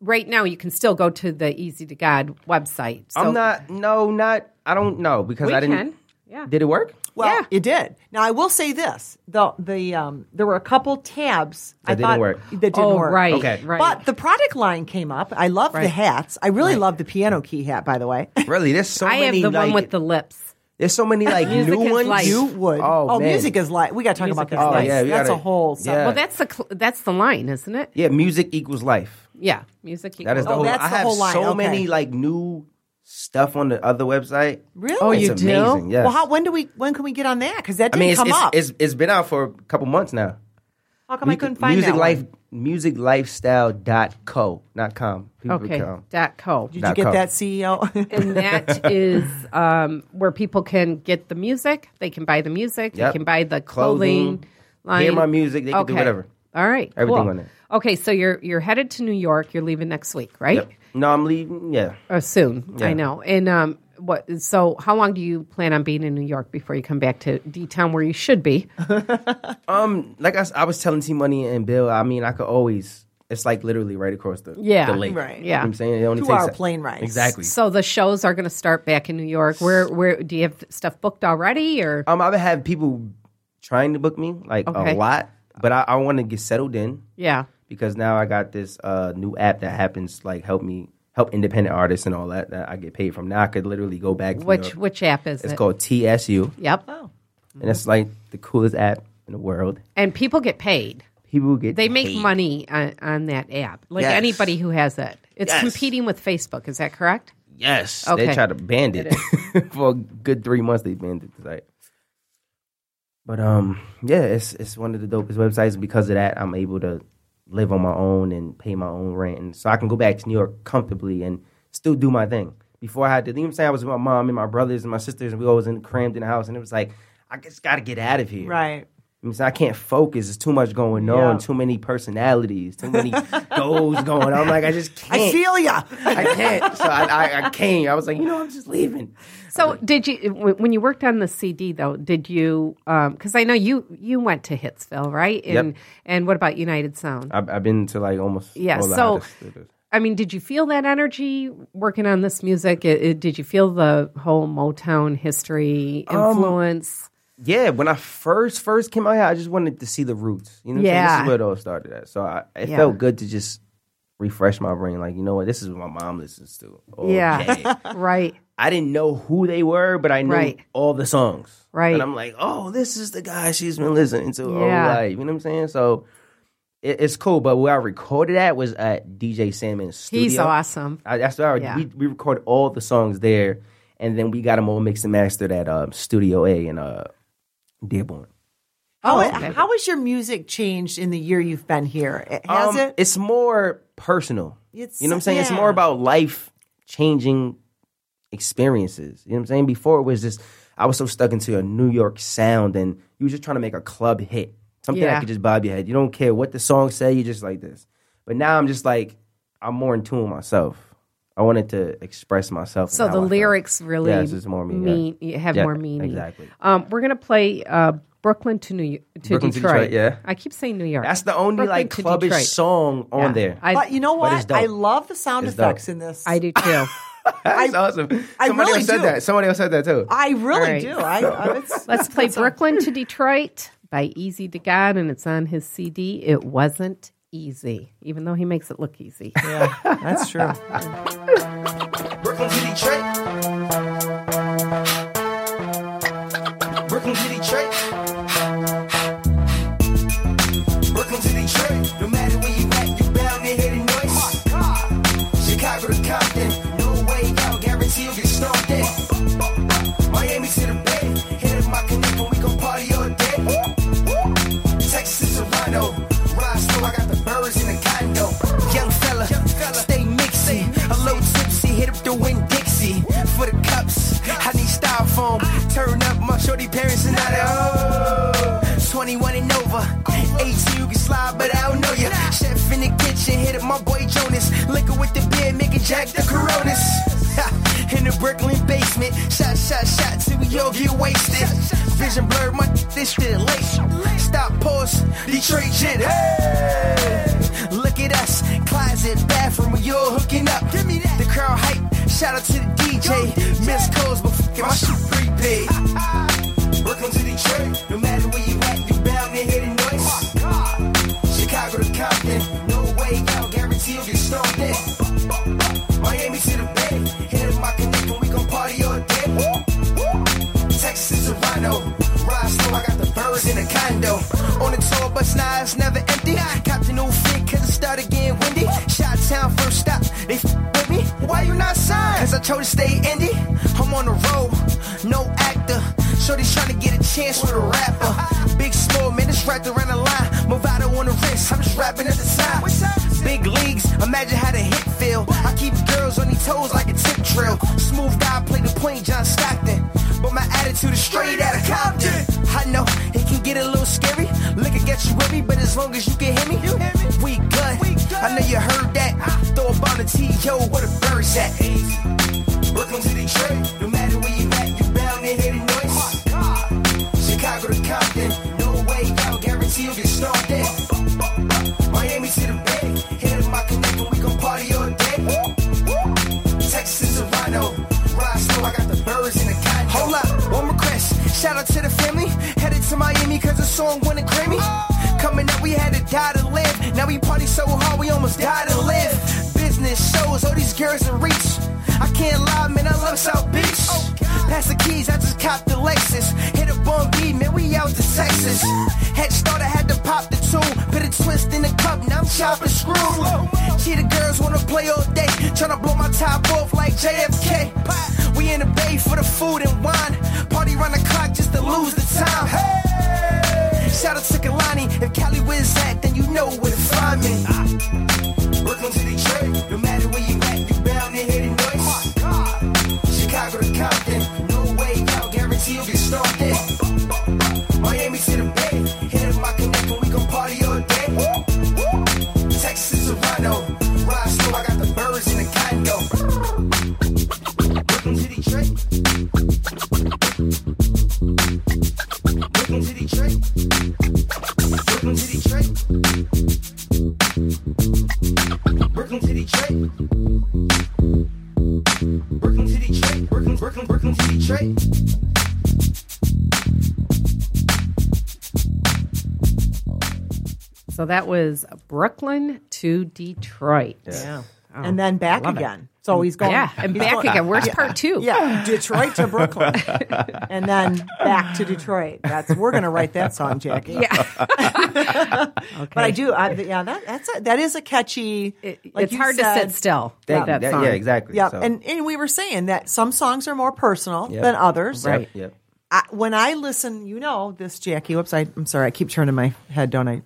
right now you can still go to the Easy to God website. So
I'm not. No, not. I don't know because
We
I didn't.
can. Yeah.
Did it work?
Well,
Yeah.
it did. Now I will say this: the the um, there were a couple tabs I
That didn't
thought
work.
That didn't
Oh,
work.
right.
Okay.
Right.
But the product line came up. I love the hats. I really love the piano key hat, by the way.
Really? There's so
I have
many.
the
like,
one with the lips.
There's so many like
Music
new
is
ones.
life.
You would.
Oh, man.
music is life. We got to talk about
Music
this.
is
life.
life. Oh, yeah,
we
That's
gotta-
a whole.
yeah.
subject.
Well, that's the cl- that's the line, isn't it?
Yeah, music equals life.
Yeah, music.
That is the
equals-
whole.
Oh, that's
I
the
have
whole line.
so
Okay.
many like new stuff on the other website.
Really?
Oh, you
it's
do?
Amazing. Yes.
Well, how, when do we? When can we get on that? Because that
I
didn't
mean, it's,
come
it's,
up.
it's it's been out for a couple months now.
How come I couldn't find
music
that one?
life music lifestyle dot co not com. People
okay.
com.
Dot co.
Did you
dot
get
com.
that E CEO?
and that is um, where people can get the music. They can buy the music.
Yep.
They can buy the
Clothing,
clothing. line.
hear my music, they can do
Okay.
whatever.
All right.
Everything
cool.
on it.
Okay, so you're you're headed to New York. You're leaving next week, right?
Yep. No, I'm leaving. Yeah,
Or soon.
Yeah.
I know. And um, what? So how long do you plan on being in New York before you come back to D town where you should be?
like I, s- I was telling T Money and Bill. I mean, I could always. It's like literally right across the
Yeah.
the lake.
Right.
You know what
Yeah.
I'm saying it only takes
Two-hour
a-
plane ride.
Exactly.
So the shows are going to start back in New York. Where where do you have stuff booked already? Or
Um, I've had people trying to book me like
Okay.
a lot, but I, I want to get settled in
yeah.
because now I got this uh, new app that happens like help me help independent artists and all that that I get paid from. Now I could literally go back. to
Which
the-
which app is
it's
it? Mm-hmm.
called TSU,
Yep.
and it's like the coolest app in the world.
And people get paid.
People get
They make
paid.
money on, on that app. Like
Yes.
anybody who has it. It's
Yes.
competing with Facebook, is that correct?
Yes, they
Okay.
try to ban it for a good three months. They banned it tonight. But um, yeah, it's it's one of the dopest websites because of that. I'm able to live on my own and pay my own rent, and so I can go back to New York comfortably and still do my thing. Before I had to, you know what I'm saying? I was with my mom and my brothers and my sisters, and we always in, crammed in the house, and it was like I just got to get out of here.
right.
I, mean, so I can't focus. There's too much going on. Too many personalities. Too many goals going. on. I'm like I just can't.
I feel ya.
I can't. So I, I, I came. I was like, you know, I'm just leaving.
So did you when when you worked on the CD though? Did you because I know you you went to Hitsville right?
Yep. Uh,
And and what about United Sound?
I've, I've been to like almost
Yeah,
all the
so-
artists that do-
I mean, did you feel that energy working on this music? It- it- did you feel the whole Motown history
Um,
influence?
yeah. When I first first came out here, I just wanted to see the roots. You know, what I'm saying? this
Yeah.
is where it all started at. So I, it
Yeah.
felt good to just refresh my brain. Like, you know what? This is what my mom listens to. All
Yeah.
day.
right.
I didn't know who they were, but I knew
Right.
all the songs.
Right.
And I'm like, oh, this is the guy she's been listening to all
Yeah.
life. You know what I'm saying? So it, it's cool. But where I recorded at was at DJ Salmon's studio.
He's awesome.
I, that's where I,
Yeah.
we, we record all the songs there, and then we got them all mixed and mastered at uh, Studio A in uh, Dearborn.
Oh,
How, how has your music changed in the year you've been here? It- Has
Um,
it?
It's more personal.
It's-
you know what I'm saying? It's
yeah.
more about life changing experiences. You know what I'm saying? Before it was just I was so stuck into a New York sound and you were just trying to make a club hit. Something
Yeah.
that could just bob your head. You don't care what the song say, you just like this. But now I'm just like I'm more in tune with myself. I wanted to express myself. and
So
how
the
I felt.
lyrics really
Yes, it's more meaning,
mean have
Yeah,
more meaning.
exactly.
Um, we're gonna play uh, Brooklyn to New to
Brooklyn to
Detroit.
Detroit, yeah.
I keep saying New York.
That's the only
Brooklyn
like
to
clubbish
Detroit.
song on
Yeah.
there.
I-
but you know
But it's
what?
dope.
I love the sound
It's
effects
dope.
in this.
I do too.
That's awesome. Somebody
I really
else said
do.
that. Somebody else said that too.
I really
right.
do. I, I it's,
Let's play Brooklyn to Detroit by Easy to God, and it's on his CD. It wasn't easy, even though he makes it look easy.
yeah, that's true.
Brooklyn to Detroit. Brooklyn to Detroit. Brooklyn to Detroit. No matter where you at, you bound to hear the noise. Chicago to Compton, no way out, guarantee you'll get stomped in. Miami to the Bay, hit up my connect and we gon' party all day. Texas to Toronto, ride slow, I got the birds in the condo. Young fella, stay mixy, a little tipsy, hit up the Win Dixie for the cups. I need styrofoam, turn up my shorty parents and I oh. 21 and over, 18 you can slide, but I don't know ya. Chef in the kitchen, hit up my boy Jonas, liquor with the beer, making Jack the Coronas. In the Brooklyn basement, shot, shot, shot till we all get wasted. Vision blurred, my this shit late. Stop, pause, Detroit shit. Hey, look at us, closet, bathroom, we you're hooking up. Give me that. The crowd hype. Shout out to the DJ. Miss calls, but fucking my shit prepaid. Brooklyn to Detroit, no matter where you at, you bound to hear the noise. Chicago to Compton, no way out, guarantee you'll get stoned there. Miami to the Bay, hit up my connect and we gon' party all day. Texas to Toronto, ride slow, I got the birds in the condo. On the tour bus, nah, it's never empty. Cop the new fit, cause it started getting windy. Shot town, first stop, they f- with me. Why you not signed? Cause I told you stay indie. I'm on the road, no actor. Shorty's trying to get a chance with a rapper. Big small, man, it's wrapped around the line. Movado on the wrist, I'm just rapping at the side. Big leagues, imagine how the hit feel. I keep girls on their toes like a tip drill. Smooth guy, play the point, John Stockton. But my attitude is straight out of Compton. I know it can get a little scary. Look, I got you with me, but as long as you can hear me, we good. Ah. I know you heard that. Throw a ball to T.O. where the birds at. Brooklyn to Detroit, no matter where you at, you bound to hear the noise. Chicago to Compton, no way out, guarantee you'll get stoned there. Miami to the Bay, hit up my connect and we gon' party all day. Texas to Toronto, ride slow, I got the birds in the condo. Hold up, one request, shout out to the family, headed to Miami cause the song won a Grammy. Coming up, we had to die to live, now we party so hard we almost die to live. Business shows, all these girls in reach. I can't lie, man, I love South Beach. Pass the keys, I just copped the Lexus. Hit a bum B, man, we out to Texas. Head start, I had to pop the two. Bit a twist in the cup, now I'm chopping screw. See the girls wanna play all day, tryna blow my top off like JFK. We in the bay for the food and wine. Party round the clock just to lose the time. Shout out to Kalani, if Cali wins that, then you know where to find me. Brooklyn to Detroit, no matter where you at, you bound to hear the noise. Chicago to Compton, no way out, guarantee you'll get stoned there. Miami to the Bay, hit up my connect and we gon' party all day. Texas to Toronto, ride slow, I got the birds in the condo. Brooklyn to Detroit. Brooklyn to Detroit. Brooklyn to Detroit. Brooklyn to Detroit. Brooklyn to Detroit. Brooklyn, Brooklyn, Brooklyn to Detroit.
So that was Brooklyn to Detroit. Yeah.
and then back again. So he's going.
Yeah, and
he's
back
going-
again. Where's part two?
Yeah, Detroit to Brooklyn, and then back to Detroit. That's we're going to write that song, Jackie.
Yeah.
But I do. I, yeah, that that's a, that is a catchy.
It-
like
it's
you
hard to
said,
sit still. with
Thank
that,
you. That-
song.
yeah, exactly.
Yeah,
So-
and, and we were saying that some songs are more personal
Yep.
than others.
Yep, Yep.
I, when I listen, you know this, Jackie. Whoops, I, I'm sorry. I keep turning my head, don't I,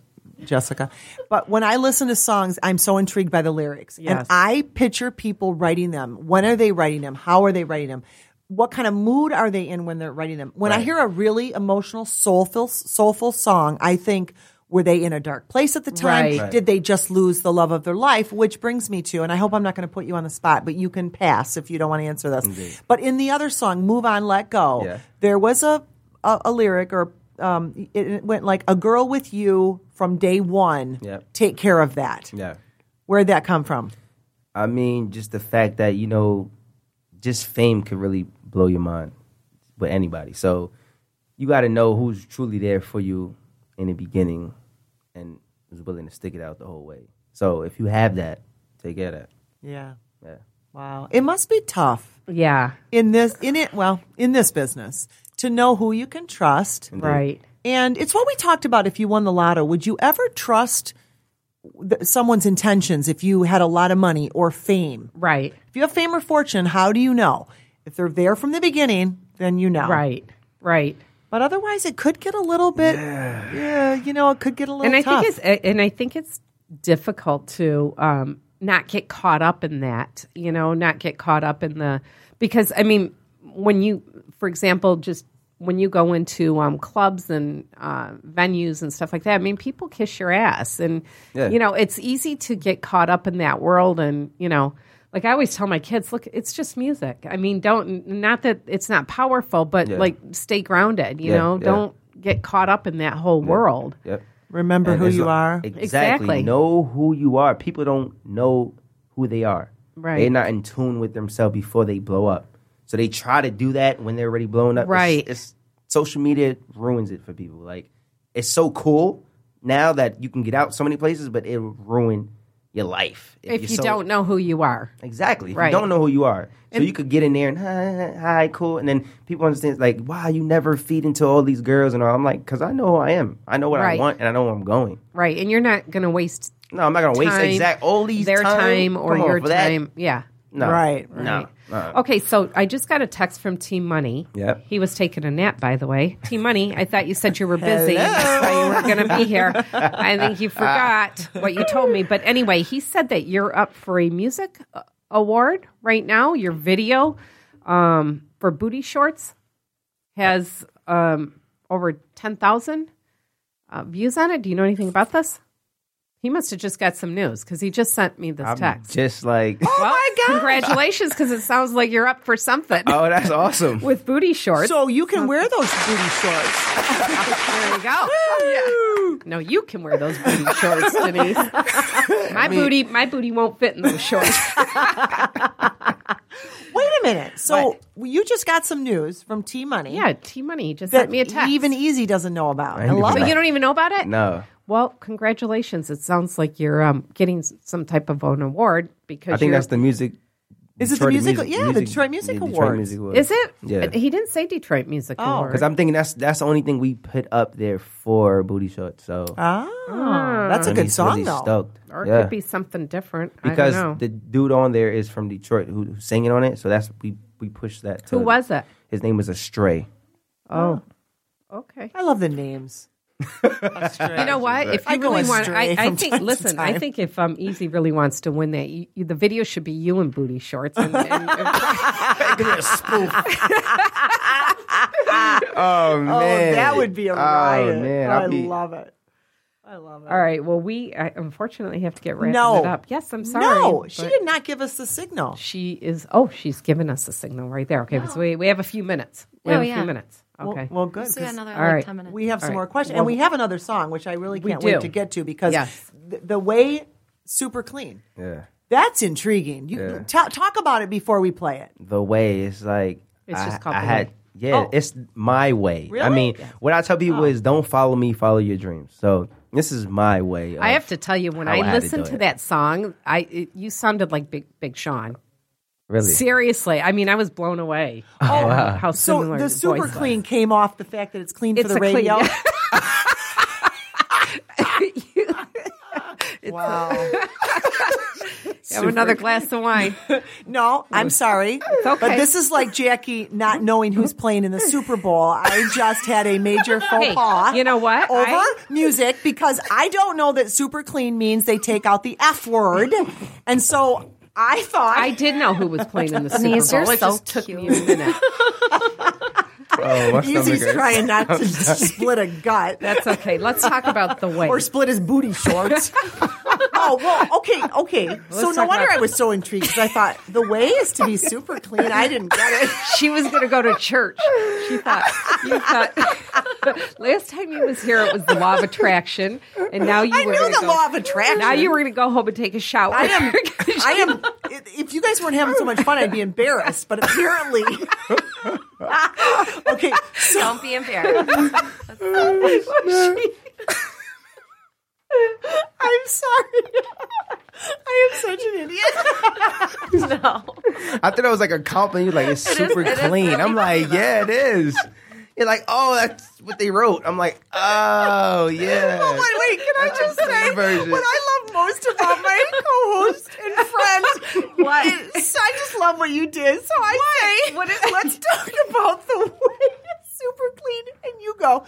Jessica? But when I listen to songs, I'm so intrigued by the lyrics,
Yes.
and I picture people writing them. When are they writing them? How are they writing them? What kind of mood are they in when they're writing them? When I hear a really emotional, soulful, soulful song, I think. Were they in a dark place at the time?
Right. Right.
Did they just lose the love of their life? Which brings me to, and I hope I'm not going to put you on the spot, but you can pass if you don't want to answer this. But in the other song, Move On, Let Go,
Yeah.
there was a, a, a lyric or um, it, it went like a girl with you from day one
Yep.
take care of that
Yeah.
where'd that come from
I mean, just the fact that you know, just fame could really blow your mind with anybody. So you got to know who's truly there for you in the beginning and is willing to stick it out the whole way. So if you have that, take care of that.
yeah
Yeah.
wow it must be tough
Yeah.
in this in it well in this business to know who you can trust
Right.
and it's what we talked about if you won the lotto would you ever trust th- someone's intentions if you had a lot of money or fame
Right.
if you have fame or fortune how do you know if they're there from the beginning then you know
Right. Right.
But otherwise, it could get a little bit. Yeah, you know, it could get a little.
and I
tough.
think it's and I think it's difficult to um, not get caught up in that, you know, not get caught up in the because I mean, when you, for example, just when you go into um, clubs and uh, venues and stuff like that, I mean, people kiss your ass, and
Yeah.
you know, it's easy to get caught up in that world, and you know. Like I always tell my kids, look, it's just music. I mean, don't not that it's not powerful, but
Yeah.
like stay grounded, you
Yeah,
know?
yeah.
Don't get caught up in that whole world.
Yep.
remember
And
who
it's
you
like-
are.
Exactly.
Exactly.
Know who you are. People don't know who they are.
Right.
They're not in tune with themselves before they blow up. So they try to do that when they're already blown up. It's-
Right.
it's- social media ruins it for people. Like it's so cool now that you can get out so many places, but it'll ruin your life
if
you're
you
so-
don't know who you are.
Exactly. If
Right.
you don't know who you are. So you could get in there and hi, hi, cool. And then people understand, like, wow, you never feed into all these girls and all. I'm like, because I know who I am. I know what
Right.
I want and I know where I'm going.
Right. And you're not going to waste
No, I'm not going to waste
time,
exact all these
their time, or
Come on,
your
for that?
time. Yeah.
No.
Right,
No. Uh,
Okay, so I just got a text from Team Money.
Yep.
He was taking a nap, by the way. Team Money, I thought you said you were busy. That's why you were going to be here. I think you forgot what you told me. But anyway, he said that you're up for a music uh, award right now. Your video um, for Booty Shorts has um, over 10,000 uh, views on it. Do you know anything about this? He must have just got some news because he just sent me this
I'm
text.
just like,
Well, Congratulations, because it sounds like you're up for something
oh, that's awesome.
with booty shorts.
So you can wear those booty shorts.
there you go. Oh, No, you can wear those booty shorts, Denise. My booty, my booty won't fit in those shorts.
Wait a minute. So you just got some news from T Money.
yeah, T Money just
That
sent me a text.
even Easy doesn't know about. I,
knew
love
so
about
it.
e- you don't even know about it?
no.
Well, congratulations. It sounds like you're um, getting s- some type of an award because
I think
you're,
that's the music.
Is it the musical- yeah, the Detroit Music Awards.
Is it?
Yeah.
He didn't say Detroit Music
Oh.
Award.
Because I'm thinking that's that's the only thing we put up there for booty shorts. So
hmm.
Oh, Ah, that's a
I'm
good
just
song
really
though.
Stoked.
or it
Yeah.
could be something different. I don't know.
because the dude on there is from Detroit who, who's singing on it. So that's we we pushed that. To,
Who was it?
His name was Astray.
Oh. Okay.
I love the names.
You know what? If
I
you
go
really want,
astray
I, I
from time
think.
to
Listen, I
time.
think if um, Easy really wants to win that, you, you, the video should be you in booty shorts. And, and,
Oh man,
Oh, that would be a riot.
man,
Oh,
I'll
I
be-
love it. I love it.
all right. Well, we I unfortunately have to get wrapping
No.
it up. Yes, I'm sorry.
No, she
but
did not give us the signal.
She is. Oh, she's giving us a signal right there. Okay, so we we have a few minutes. We
Oh,
have a
yeah.
few minutes.
Well-
Okay.
Well, good.
So yeah,
'cause
another
All
like,
right.
10 minutes.
we have some
All
more
right.
questions, and we have another song, which I really can't
do.
wait to get to because
Yes.
the, the way super clean.
yeah.
That's intriguing. You ta- talk about it before we play it.
the way. It's like
It's
I,
just called
I
the
had
way.
yeah,
Oh.
it's my way. I
Really?
mean, what I tell people is don't follow me, follow your dreams. So this is my way. Of,
I have to tell you, when
how I
I
had to
listened
do
to
it.
that song, I it, you sounded like Big Big Sean.
really.
Seriously, I mean, I was blown away. Oh, how
So
similar
the
his
super
voice was.
clean came off the fact that it's clean
It's
for the
a clean-
radio.
Have another glass of wine.
No, I'm sorry. But
okay.
this is like Jackie not knowing who's playing in the Super Bowl. I just had a major faux
Hey,
pas.
you know what?
Over
I-
music because I don't know that super clean means they take out the F word. And so I thought
I did know who was playing in the Super
Denise,
Bowl.
you're
It
so
just took me a
cute.
minute.
Oh, my stomach
Easy's
hurts.
trying not to split a gut.
That's okay. Let's talk about the way.
or split his booty shorts. oh well, okay, okay. so no
talk
wonder
about-
I was so intrigued because I thought the way is to be super clean. I didn't get it.
she was going to go to church. She thought. You thought. last time you was here, it was the law of attraction, and now Oh, you
I
were
knew
gonna
the
go-
law of attraction.
Now you were going to go home and take a shower.
I am. I am. If you guys weren't having so much fun, I'd be embarrassed. But apparently, okay.
Don't be embarrassed.
I'm sorry. I am such an idiot.
I thought it was like a compliment. Like it's super
it is
clean.
really
I'm like, yeah, it is. You're like, oh, that's what they wrote. I'm like, oh yeah.
Wait, wait. Can I
That's
just
the clean
say
version.
what I love most about my co-host and friend? What? Is, I just love what you did. So I say, let's talk about the way it's super clean, and you go.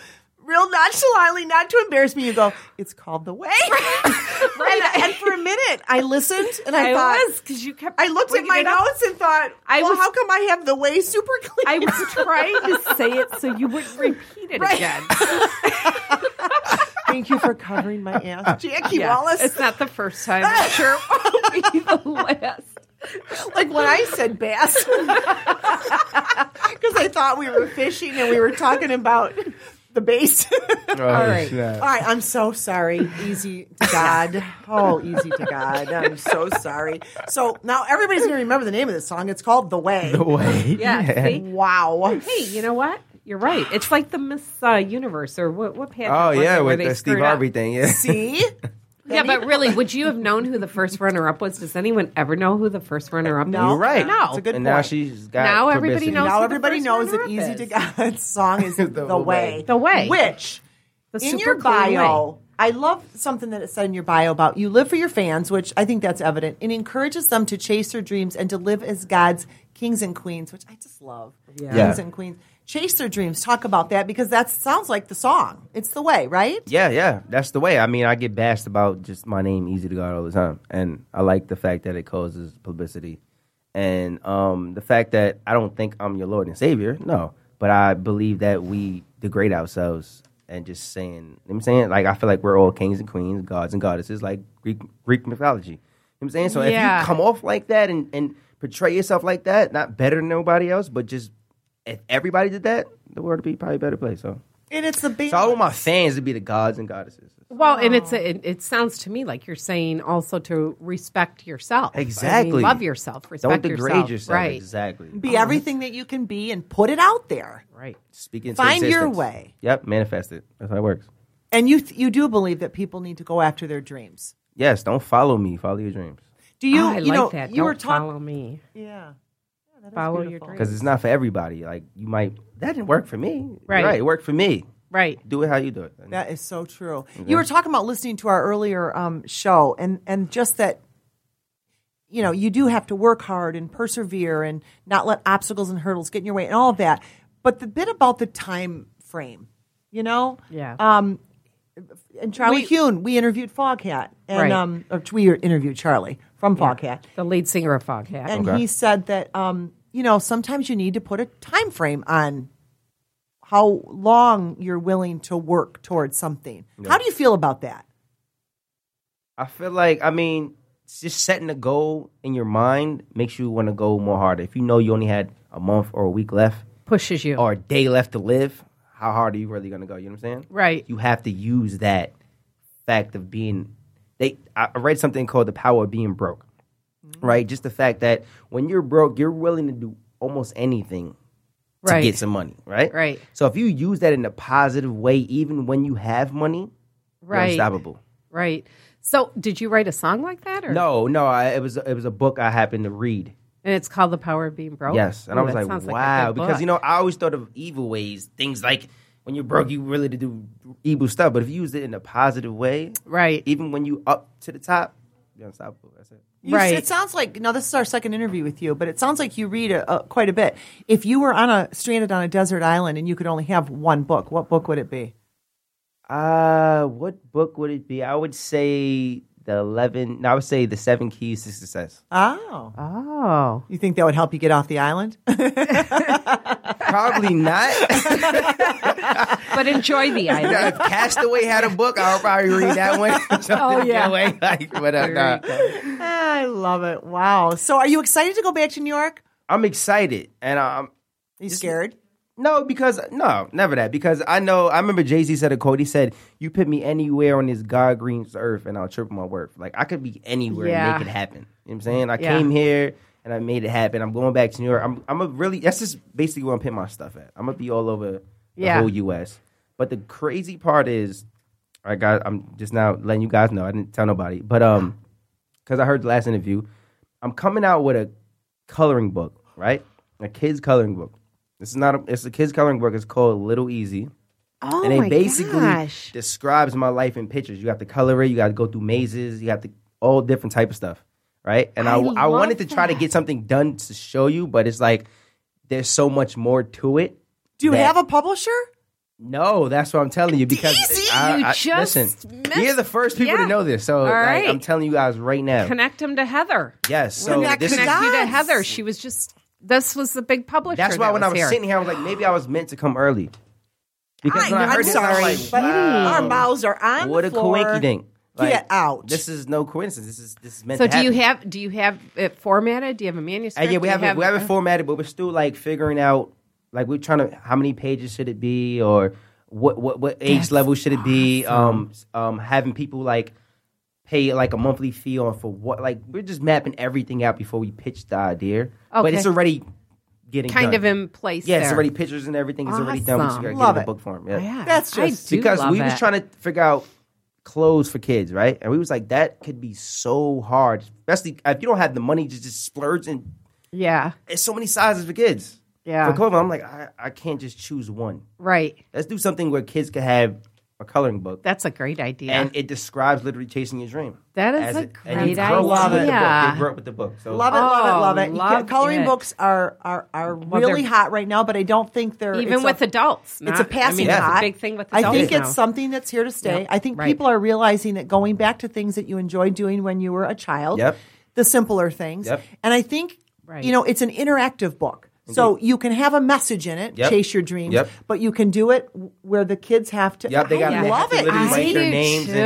Real nonchalantly, not to embarrass me, you go, it's called the way. and, and for a minute, I listened and I,
I
thought,
was because you kept.
I looked at
bringing
my
it up.
notes and thought,
I
well,
was-
how come I have the way super clean?
I was trying to say it so you wouldn't repeat it again.
Thank you for covering my ass, Jackie
Yeah.
Wallace.
It's not the first time. I'm sure it won't be the last.
like when I said bass, because I thought we were fishing and we were talking about the bass.
Oh,
right.
snap.
All right, I'm so sorry. Easy to God. Oh, easy to God. I'm so sorry. So now everybody's going to remember the name of this song. It's called The Way.
The way.
Yeah, see?
Wow.
Hey, you know what? You're right. It's like the Miss uh, Universe or what? What pageant?
Oh
was
yeah,
it where
with
they
the Steve
screwed up?
Harvey thing. Yeah.
See?
Yeah, but really, would you have known who the first runner-up was? Does anyone ever know who the first runner-up?
No.
is?
You're right.
No.
It's a good
and
point.
now she's got.
Now everybody
publicity.
knows-
now
the
everybody
first
knows that
runner-up
Easy to
is.
God's song is The, Way.
Way.
The Way.
Which
The
in
super
your
cool way.
bio, I love something that it said in your bio about you live for your fans, which I think that's evident, and encourages them to chase their dreams and to live as God's kings and queens, which I just love.
Yeah.
Kings and queens. Chase their dreams. Talk about that because that sounds like the song. It's the way, right?
Yeah, yeah, that's the way. I mean, I get bashed about just my name, Easy to God, all the time, and I like the fact that it causes publicity, and um, the fact that I don't think I'm your Lord and Savior. No, but I believe that we degrade ourselves and just saying. You know what I'm saying like I feel like we're all kings and queens, gods and goddesses, like Greek Greek mythology. You know what I'm saying so. If
Yeah.
you come off like that and and portray yourself like that, not better than nobody else, but just if everybody did that, the world would be probably a better place. So.
And it's the big
So I want my fans to be the gods and goddesses.
Well, and it's a, it, it sounds to me like you're saying also to respect yourself. I mean,
Exactly.
love yourself. Respect
Don't degrade yourself.
yourself. Right.
Exactly.
be everything that you can be and put it out there.
Right.
Speaking into
Find your
existence.
way.
Yep. Manifest it. That's how it works.
And you th- you do believe that people need to go after their dreams.
Yes. Don't follow me. Follow your dreams.
Do you?
Oh, I
you
like
know,
that.
You
Don't
were talking.
follow me.
Yeah. Yeah, that is
Follow your
beautiful.
dreams.
Because it's not for everybody. Like you might. That didn't work for me. You're
Right.
It worked for me.
Right.
Do it how you do it. And
That is so true. You were talking about listening to our earlier um, show, and and just that, you know, you do have to work hard and persevere, and not let obstacles and hurdles get in your way, and all of that. But the bit about the time frame, you know,
Yeah.
Um, and Charlie Hune, we interviewed Foghat, and
Right.
um, or we interviewed Charlie from Foghat,
The lead singer of Foghat.
and
Okay.
he said that um, you know sometimes you need to put a time frame on how long you're willing to work towards something. How do you feel about that?
I feel like I mean, just setting a goal in your mind makes you want to go more harder. If you know you only had a month or a week left,
Pushes you.
or a day left to live, how hard are you really gonna go? You know what I'm saying?
Right.
You have to use that fact of being they I I read something called the power of being broke.
Mm.
Right? Just the fact that when you're broke, you're willing to do almost anything to
right.
get some money, right?
Right.
So if you use that in a positive way, even when you have money,
Right.
you're unstoppable.
Right. So, did you write a song like that? Or?
No, no, I, it was it was a book I happened to read.
And it's called The Power of Being Broke?
Yes, and
Oh, Ooh,
I was
that
like,
sounds a
wow,
good
because you
book.
know I always thought of evil ways, things like when you're broke, you really to do evil stuff. But if you use it in a positive way,
Right.
Even when you up to the top, you're unstoppable. That's it.
You s-
Right.
It sounds like now this is our second interview with you, but it sounds like you read a, a, quite a bit. If you were on a stranded on a desert island and you could only have one book, what book would it be?
Uh, what book would it be? I would say the eleven. No, I would say the seven keys to success.
Oh,
Oh.
you think that would help you get off the island?
Probably not.
But enjoy the island.
if Castaway had a book, I'll probably read that one. oh
yeah.
like, but uh, nah.
I love it. Wow. So, are you excited to go back to New York?
I'm excited, and I'm
Are you scared?
No, because no, never that. Because I know I remember Jay Z said a quote. He said, "You put me anywhere on this God green earth, and I'll triple my worth. Like I could be anywhere
Yeah.
and make it happen. You know what I'm saying? I
Yeah.
came here and I made it happen. I'm going back to New York. I'm I'm a really that's just basically where I'm putting my stuff at. I'm gonna be all over the
Yeah.
whole U.S. But the crazy part is, I got I'm just now letting you guys know. I didn't tell nobody, but um, because I heard the last interview, I'm coming out with a coloring book, right? A kids coloring book. This is not a, it's a kids coloring book. It's called Little Easy.
Oh,
and
my
it basically
gosh.
describes my life in pictures. You have to color it, you got to go through mazes, you have to all different type of stuff, right? And I I,
love
wanted to try to get something done to show you, but it's like there's so much more to it.
Do you
that-
have a publisher?
No, that's what I'm telling you because
Easy,
I,
you
I-
just
listen.
missed-
You're the first people
Yeah.
to know this, so
All
like,
right.
I'm telling you guys right now.
Connect him to Heather.
yes, so
Connect
this
the
is
Connect you to
Yes.
Heather. She was just, this was the big publisher.
That's why
that
when I was
here.
sitting here, I was like, maybe I was meant to come early. Because when I
I'm
heard this, I was
sorry,
like,
but
wow,
our mouths are on
what
the
a
floor.
coinky dink.
Get out.
This is no coincidence. This is this is meant.
So
to
do you
happen.
have do you have it formatted? Do you have a manuscript?
And Uh, yeah,
Do
we
you
haven't we haven't formatted, but we're still like figuring out like we're trying to how many pages should it be or what what what age level should it be? Um, s- um, having people like pay like a monthly fee on for what? Like we're just mapping everything out before we pitch the idea. But
Okay.
it's already getting
kind
done.
of in place.
Yeah,
there.
it's already pictures and everything. It's already done. We just
Awesome.
gotta get
Love
it in
it.
book form. Yeah.
Yeah.
That's just-
I do
because
love
we was
it.
trying to figure out clothes for kids, right? And we was like, that could be so hard, especially uh, if you don't have the money to just splurge. And
Yeah.
it's so many sizes for kids.
Yeah.
For clothing, I'm like, I, I can't just choose one.
Right.
Let's do something where kids can have a coloring book.
That's a great idea.
and it describes literally chasing your dream.
That is
As
a
it- and you
great
grow up with the book.
idea.
You grow up with the book. So
Love it, love it,
Oh,
love it. You
love
can't- coloring
it.
books are are, are really
they're-
hot right now, but I don't think they're
Even
it's a-
with adults.
It's
not-
a passing
I mean,
hot.
It's a big thing with adults.
I think
now.
it's something that's here to stay.
Yep,
I think
right.
people are realizing that going back to things that you enjoyed doing when you were a child,
Yep.
the simpler things.
Yep.
And I think
Right.
you know it's an interactive book. So you can have a message in it,
Yep.
chase your dreams,
Yep.
but you can do it w- where the kids have to.
Yep, they
I
got- they have
love
to
it.
literally
I-
write
I
their
do
names and-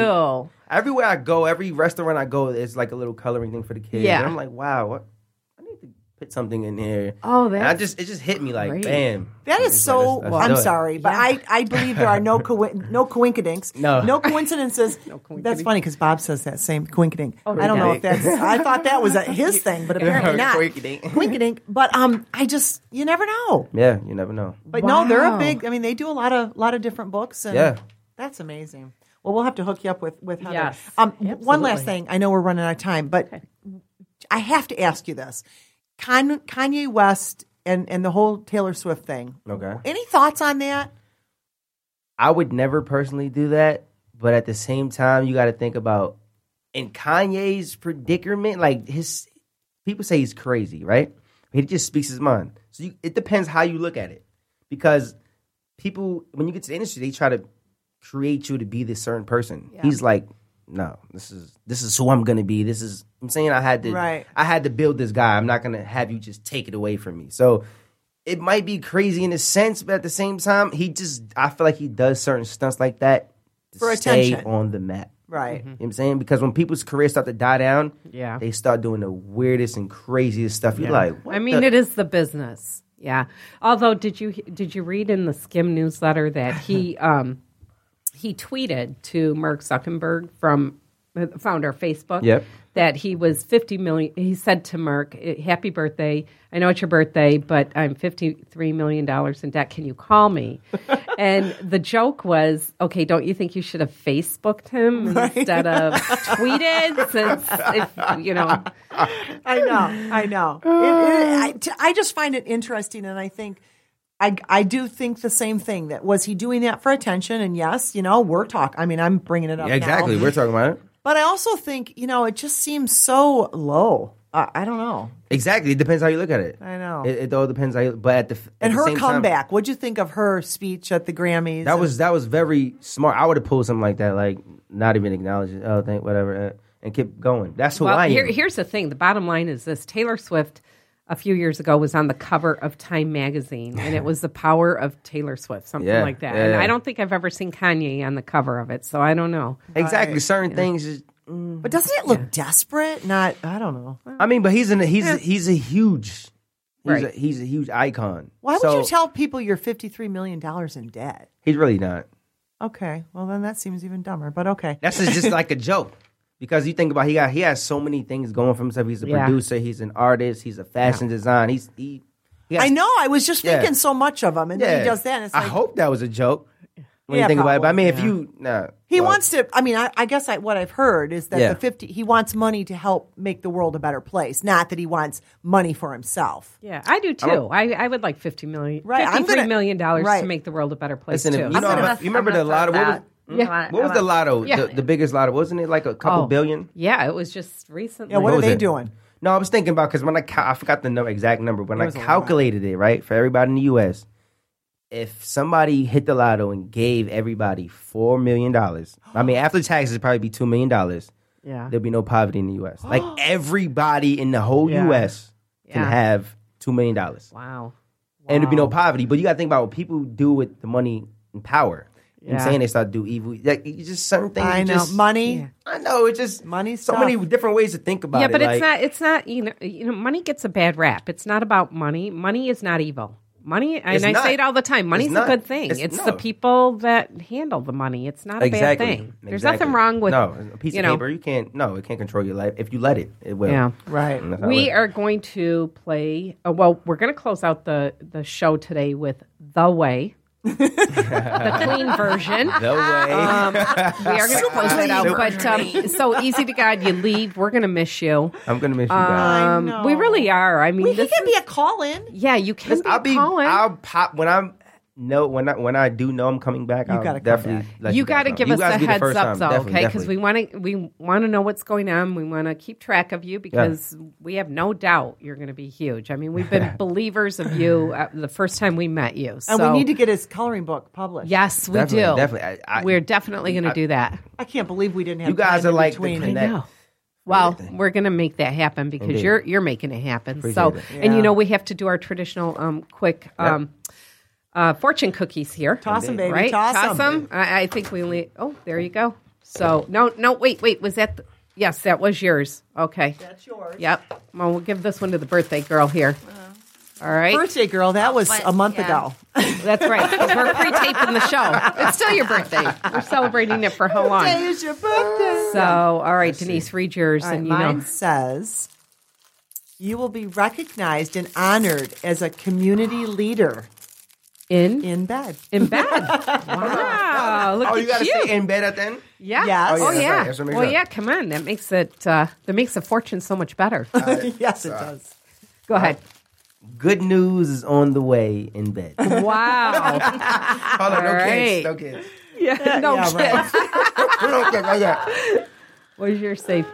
too.
everywhere I go, every restaurant I go, there's like a little coloring thing for the kids.
Yeah.
And I'm like, wow, what? I need to put something in here.
Oh,
And I
that's
just it just hit me like,
great.
bam.
That
It's
is
like,
so.
let's- let's
I'm
do it.
sorry, but I, I believe there are no coin no coincidence.
No.
coincidences. That's funny because Bob says that same coincidence.
Oh,
I don't know if
coinkydink.
that's. I thought that was a, his thing, but apparently not.
Coinkydink.
Coinkydink. But um, I just you never know.
Yeah, you never know.
But no, they're a
Wow.
big. I mean, they do a lot of lot of different books. And
Yeah.
that's amazing. Well, we'll have to hook you up with with Heather.
Yes,
um, w- one last thing. I know we're running out of time, but I have to ask you this: Con- Kanye West and and the whole Taylor Swift thing.
Okay.
Any thoughts on that?
I would never personally do that, but at the same time, you got to think about in Kanye's predicament. Like his people say he's crazy, right? He just speaks his mind. So you, it depends how you look at it, because people when you get to the industry, they try to create you to be this certain person. He's like, no, this is this is who I'm gonna be. This is I'm saying I had to
Right.
I had to build this guy. I'm not gonna have you just take it away from me. So it might be crazy in a sense, but at the same time, he just I feel like he does certain stunts like that to
For
stay
attention.
on the map. Mm-hmm.
Right.
You know what I'm saying? Because when people's careers start to die down,
Yeah.
they start doing the weirdest and craziest stuff. You're like, what
I mean,
the-
it is the business. Yeah. Although, did you did you read in the Skim newsletter that he um, he tweeted to Mark Zuckerberg from uh, founder of Facebook
Yep.
that he was 50 million he said to Mark "Eh, happy birthday I know it's your birthday but I'm 53 million dollars in debt can you call me and the joke was okay don't you think you should have facebooked him instead of tweeted since if, you know
I know, I know. It- it- I, t- I just find it interesting, and I think I I do think the same thing. That was he doing that for attention? And yes, you know, we're talk. I mean, I'm bringing it up
Yeah, exactly.
now.
We're talking about it.
But I also think you know, it just seems so low. I, I don't know.
Exactly. It depends how you look at it.
I know.
It, it all depends how you but at the f- at
And
the
her
same time-
comeback. What'd you think of her speech at the Grammys?
That was that was very smart. I would have pulled something like that, like not even acknowledge it. Oh, thank whatever, uh, and keep going. That's who I
Well,
am.
here, here's the thing. The bottom line is this: Taylor Swift, a few years ago, was on the cover of Time magazine, and it was the power of Taylor Swift, something
Yeah,
like that.
yeah,
and
yeah.
I don't think I've ever seen Kanye on the cover of it, so I don't know.
exactly. Certain things. Is,
but doesn't it look desperate? Not. I don't know.
I mean, but he's in. A, he's he's a huge. He's, a,
Right.
he's a huge icon.
Why would
So,
you tell people you're fifty three million dollars in debt?
He's really not.
Okay. Well, then that seems even dumber. But okay.
That's just, just like a joke. Because you think about he got he has so many things going for himself. He's a
Yeah.
producer. He's an artist. He's a fashion design. He's he. he has-
I know. I was just
Yeah.
thinking so much of him, and then he does that. And it's like,
I hope that was a joke. When
Yeah,
you think about it, but I
probably,
mean, if
yeah.
you nah,
He
well,
wants to. I mean, I, I guess I, what I've heard is that the
Yeah.
fifty. He wants money to help make the world a better place, not that he wants money for himself.
Yeah, I do too. I, I, would like fifty million,
Right, I'm
fifty-three
gonna-
million dollars
right.
to make the world a better place
Listen, if
too.
you know,
I'm gonna-
you remember
I'm gonna
the lotto?
throw
What was,
that.
hmm?
Yeah.
what was the lotto?
Yeah.
The, the biggest lotto wasn't it like a couple
Oh.
billion?
yeah, it was just recently.
Yeah, what,
What
are
was
they
it?
doing?
No, I was thinking about because when I ca- I forgot the number, exact number when I calculated it right for everybody in the U.S. If somebody hit the lotto and gave everybody four million dollars, I mean after taxes it'd probably be two million dollars.
yeah,
There'd be no poverty in the U.S. Like everybody in the whole
Yeah.
U.S. can
Yeah.
have two million dollars,
wow.
and there'd be no poverty. But you got to think about what people do with the money and power. You know what
Yeah.
I'm saying they start to do evil. Like you just certain things.
I
you
know
just-
money.
I know it's just
Money's
So
tough.
many different ways to think about
Yeah,
it.
but
like-
it's not. It's not. You know, you know, money gets a bad rap. It's not about money. Money is not evil. Money, and
It's
I
not.
say it all the time. Money's a
not.
good thing. It's,
It's-
the
no.
people that handle the money. It's not a
exactly.
bad thing. There's
Exactly.
nothing wrong with
no a piece
you
of
know.
paper. You can't. No, it can't control your life. If you let it, it will.
Yeah.
Right.
And that's how it
We
is.
are going to play. Uh, well, we're going to close out the the show today with "The Way," the clean version.
the way.
We are going to close it out, but um, so easy to God, you leave. We're going to miss you.
I'm gonna miss you guys.
Um, we really are. I mean,
He
this
could be
is-
a call in.
yeah, you can
Listen,
be
I'll be.
calling.
I'll pop when I'm. No, when I when I do know I'm coming back, I'll
gotta come
definitely.
back.
let
you
guys
got to
know.
give
You
us
guys
a
be the
heads
first
up,
time,
though,
definitely,
okay? Because we
definitely.
want to we want to know what's going on. We want to keep track of you because we have no doubt you're going to be huge. I mean, we've been believers of you uh, the first time we met you. So
And we need to get his coloring book published.
Yes, we
Definitely,
do.
definitely. I- I-
We're definitely going to do that.
I can't believe we didn't have
You guys
time
are
in
like the
between.
connect-
No. Oh, Well, we're going to make that happen because
Indeed.
you're you're making it happen. so,
it.
and you know we have to do our traditional um, quick um, uh, fortune cookies here.
Toss 'em, baby.
Right?
Toss 'em.
I, I think we only. Oh, there you go. So no, no, wait, wait. Was that? The, yes, that was yours. Okay.
That's yours.
Yep. Well, we'll give this one to the birthday girl here.
Uh-huh.
All right.
Birthday girl, that was
What?
a month
Yeah.
ago.
That's right. 'cause We're pre-taping the show. It's still your birthday. We're celebrating it for how
Today
long?
is your birthday.
So, all right, Denise, read yours,
All right,
and you
mine
know.
says, "You will be recognized and honored as a community leader
in
in bed."
in bed. wow, look
Oh,
at
you gotta
you.
stay in bed at the end.
yeah.
Yes.
Oh
Oh, yeah,
that's
yeah.
right. That's what makes
well,
it-
yeah. Come on, that makes it uh, that makes the fortune so much better.
yes, it does.
Go ahead.
Good news is on the way in bed. Hold
Wow.
on, no
right.
kids, no kids.
yeah. No
yeah, right.
kids.
No kids, okay.
What is your safe?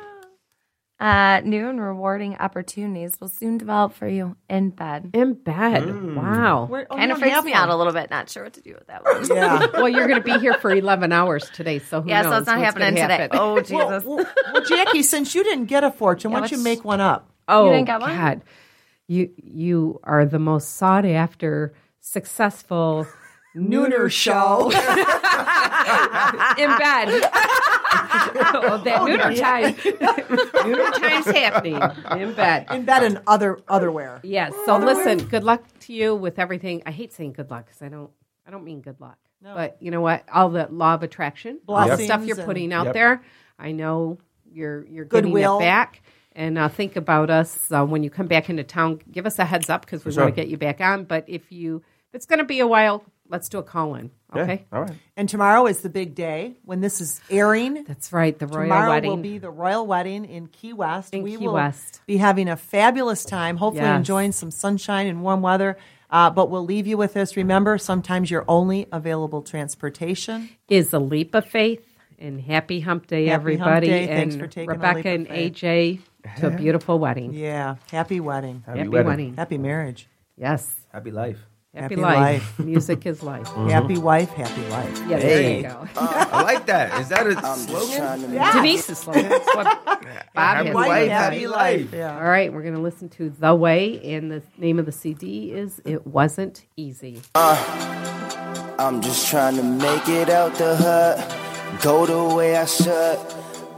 Uh, new and rewarding opportunities will soon develop for you in bed.
In bed. Wow.
Where- oh, you
Kind of
don't
freaks
have
me out a
one.
little bit. Not sure what to do with that one.
Yeah.
well, you're going to be here for 11 hours today, so who
yeah,
knows?
so it's not
what's
happening
gonna
today.
happen.
Oh
well,
Jesus!
well, well, Jackie, since you didn't get a fortune, why don't you
let's-
make one up?
Oh,
You didn't get one?
God. You you are the most sought after, successful
Nooner show.
in bed. oh, that nooner time. nooner time's happening in bed.
in bed and other otherwhere.
Yes. So listen, good luck to you with everything. I hate saying good luck because I don't. I don't mean good luck. But you know what? All the law of attraction, all the stuff
Blessings
you're
and-
putting out
Yep.
there. I know you're you're getting
Goodwill.
it back. And uh, think about us uh, when you come back into town. Give us a heads up because we
sure.
want to get you back on. But if you, if it's going to be a while. Let's do a call in. Okay.
All right.
And tomorrow is the big day when this is airing.
That's right. The royal
Tomorrow
wedding.
will be the royal wedding in Key West.
In
we
Key
will
West.
be having a fabulous time, hopefully
Yes.
enjoying some sunshine and warm weather. Uh, but we'll leave you with this. Remember, sometimes your only available transportation.
is a leap of faith. And happy hump day,
Happy hump
everybody.
day.
And
Thanks for taking a leap
Rebecca
of
and
faith.
AJ to a beautiful wedding.
Yeah. Happy wedding.
Happy
Happy
wedding.
wedding.
Happy marriage.
Yes.
Happy life.
Happy,
Happy
life. Music is life.
Mm-hmm.
Happy wife, happy life.
Yeah, there
Hey.
you go.
I like that. Is that a slogan?
Denise's slogan. That's what Bob
Happy
has.
wife,
Happy
happy life.
All right, we're going to listen to The Way, and the name of the CD is It Wasn't Easy.
I'm just trying to make it out the hut, go the way I should.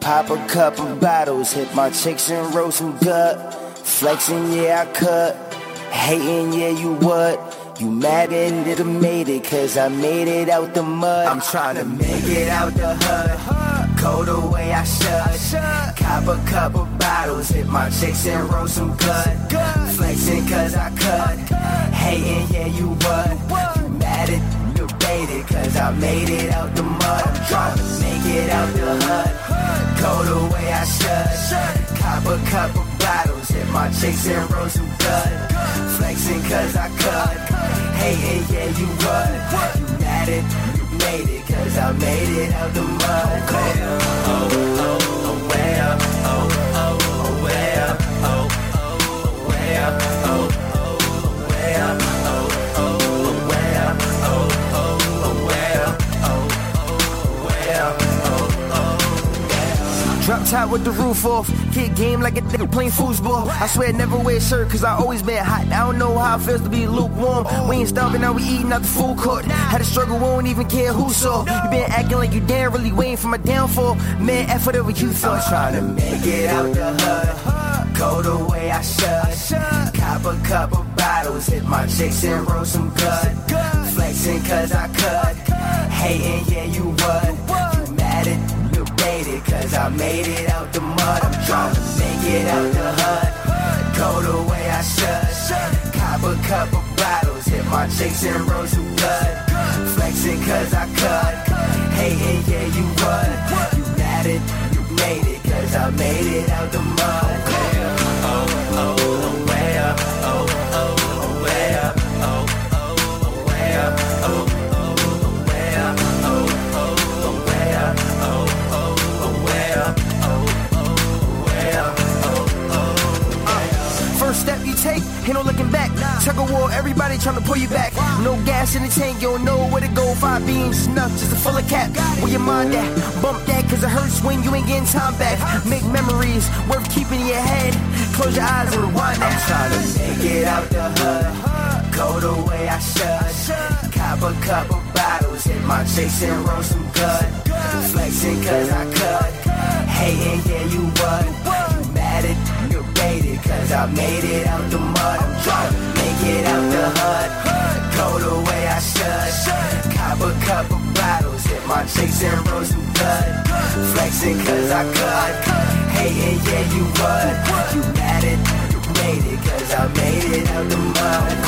Pop a couple bottles, hit my chicks and roll some gut. Flexing, yeah, I could. Hating, yeah, you would. You mad that it made it, cause I made it out the mud. I'm trying to make it out the hut, go the way I should. Cop a couple bottles, hit my chicks and roll some gut. Flexing, cause I could. Hating, yeah, you would. You mad at you made it, cause I made it out the mud. I'm trying to make it out the hut. Go the way I should. Cop a couple bottles, hit my chicks and roll some blood. Flexing cause I cut. Hating, yeah, you would. You mad at you made it, cause I made it out the mud. Well, oh, oh, oh, well, oh, oh, oh, well, oh, oh, oh, well, oh, oh, oh, well, oh, oh, oh, well, oh, oh, oh, well, oh, oh, oh, well, oh, Drop top with the roof off. Kid game like a nigga playing foosball. I swear I never wear a shirt cause I always been hot. I don't know how it feels to be lukewarm. We ain't starving, now we eating out the food court. Had a struggle, won't even care who saw. You been acting like you down, really waiting for my downfall. Man, effort over you thought. I'm trying to make it out the hood. Go the way I should. Cop a couple bottles. bottles, hit my chicks and roll some gut. Flexing cause I cut. Hating, yeah, you would. You mad at you rated cause I made it out the mud. I'm trying to make it out the hut. Go the way I should. Cop a couple bottles, hit my chicks and roll some gut. Flexing cause I cut. Hating, yeah, you would. You mad at you made it cause I made it out the mud. Yeah. Oh, oh, oh, way up. Oh, oh, oh, way up. Oh, oh, oh, way up. Oh, oh, oh, way up. Oh, oh, oh, way up. Oh, oh, oh, way up. Oh, oh, way up. Oh, oh, way up. First step you take, ain't no looking back. Tug of war, everybody trying to pull you back. No gas in the tank, you don't know where to go. Five beans, is enough, just a full of cap. Where your mind at? Bump that, cause it hurts when you ain't getting time back. Make memories worth keeping in your head. Close your eyes and rewind that. I'm trying to make it out the hood. Go the way I should. Cop a couple bottles, hit my chicks and roll some good. Flexing cause I cut. Hating, yeah, you would. You mad at you rated cause I made it out the mud. I'm trying to make it out the hood. Go the way I should. Cop a couple bottles, hit my chicks and roll some good. Flexing cause I cut. Hating, yeah, you would. You mad at you rated cause I made it out the mud. oh, oh,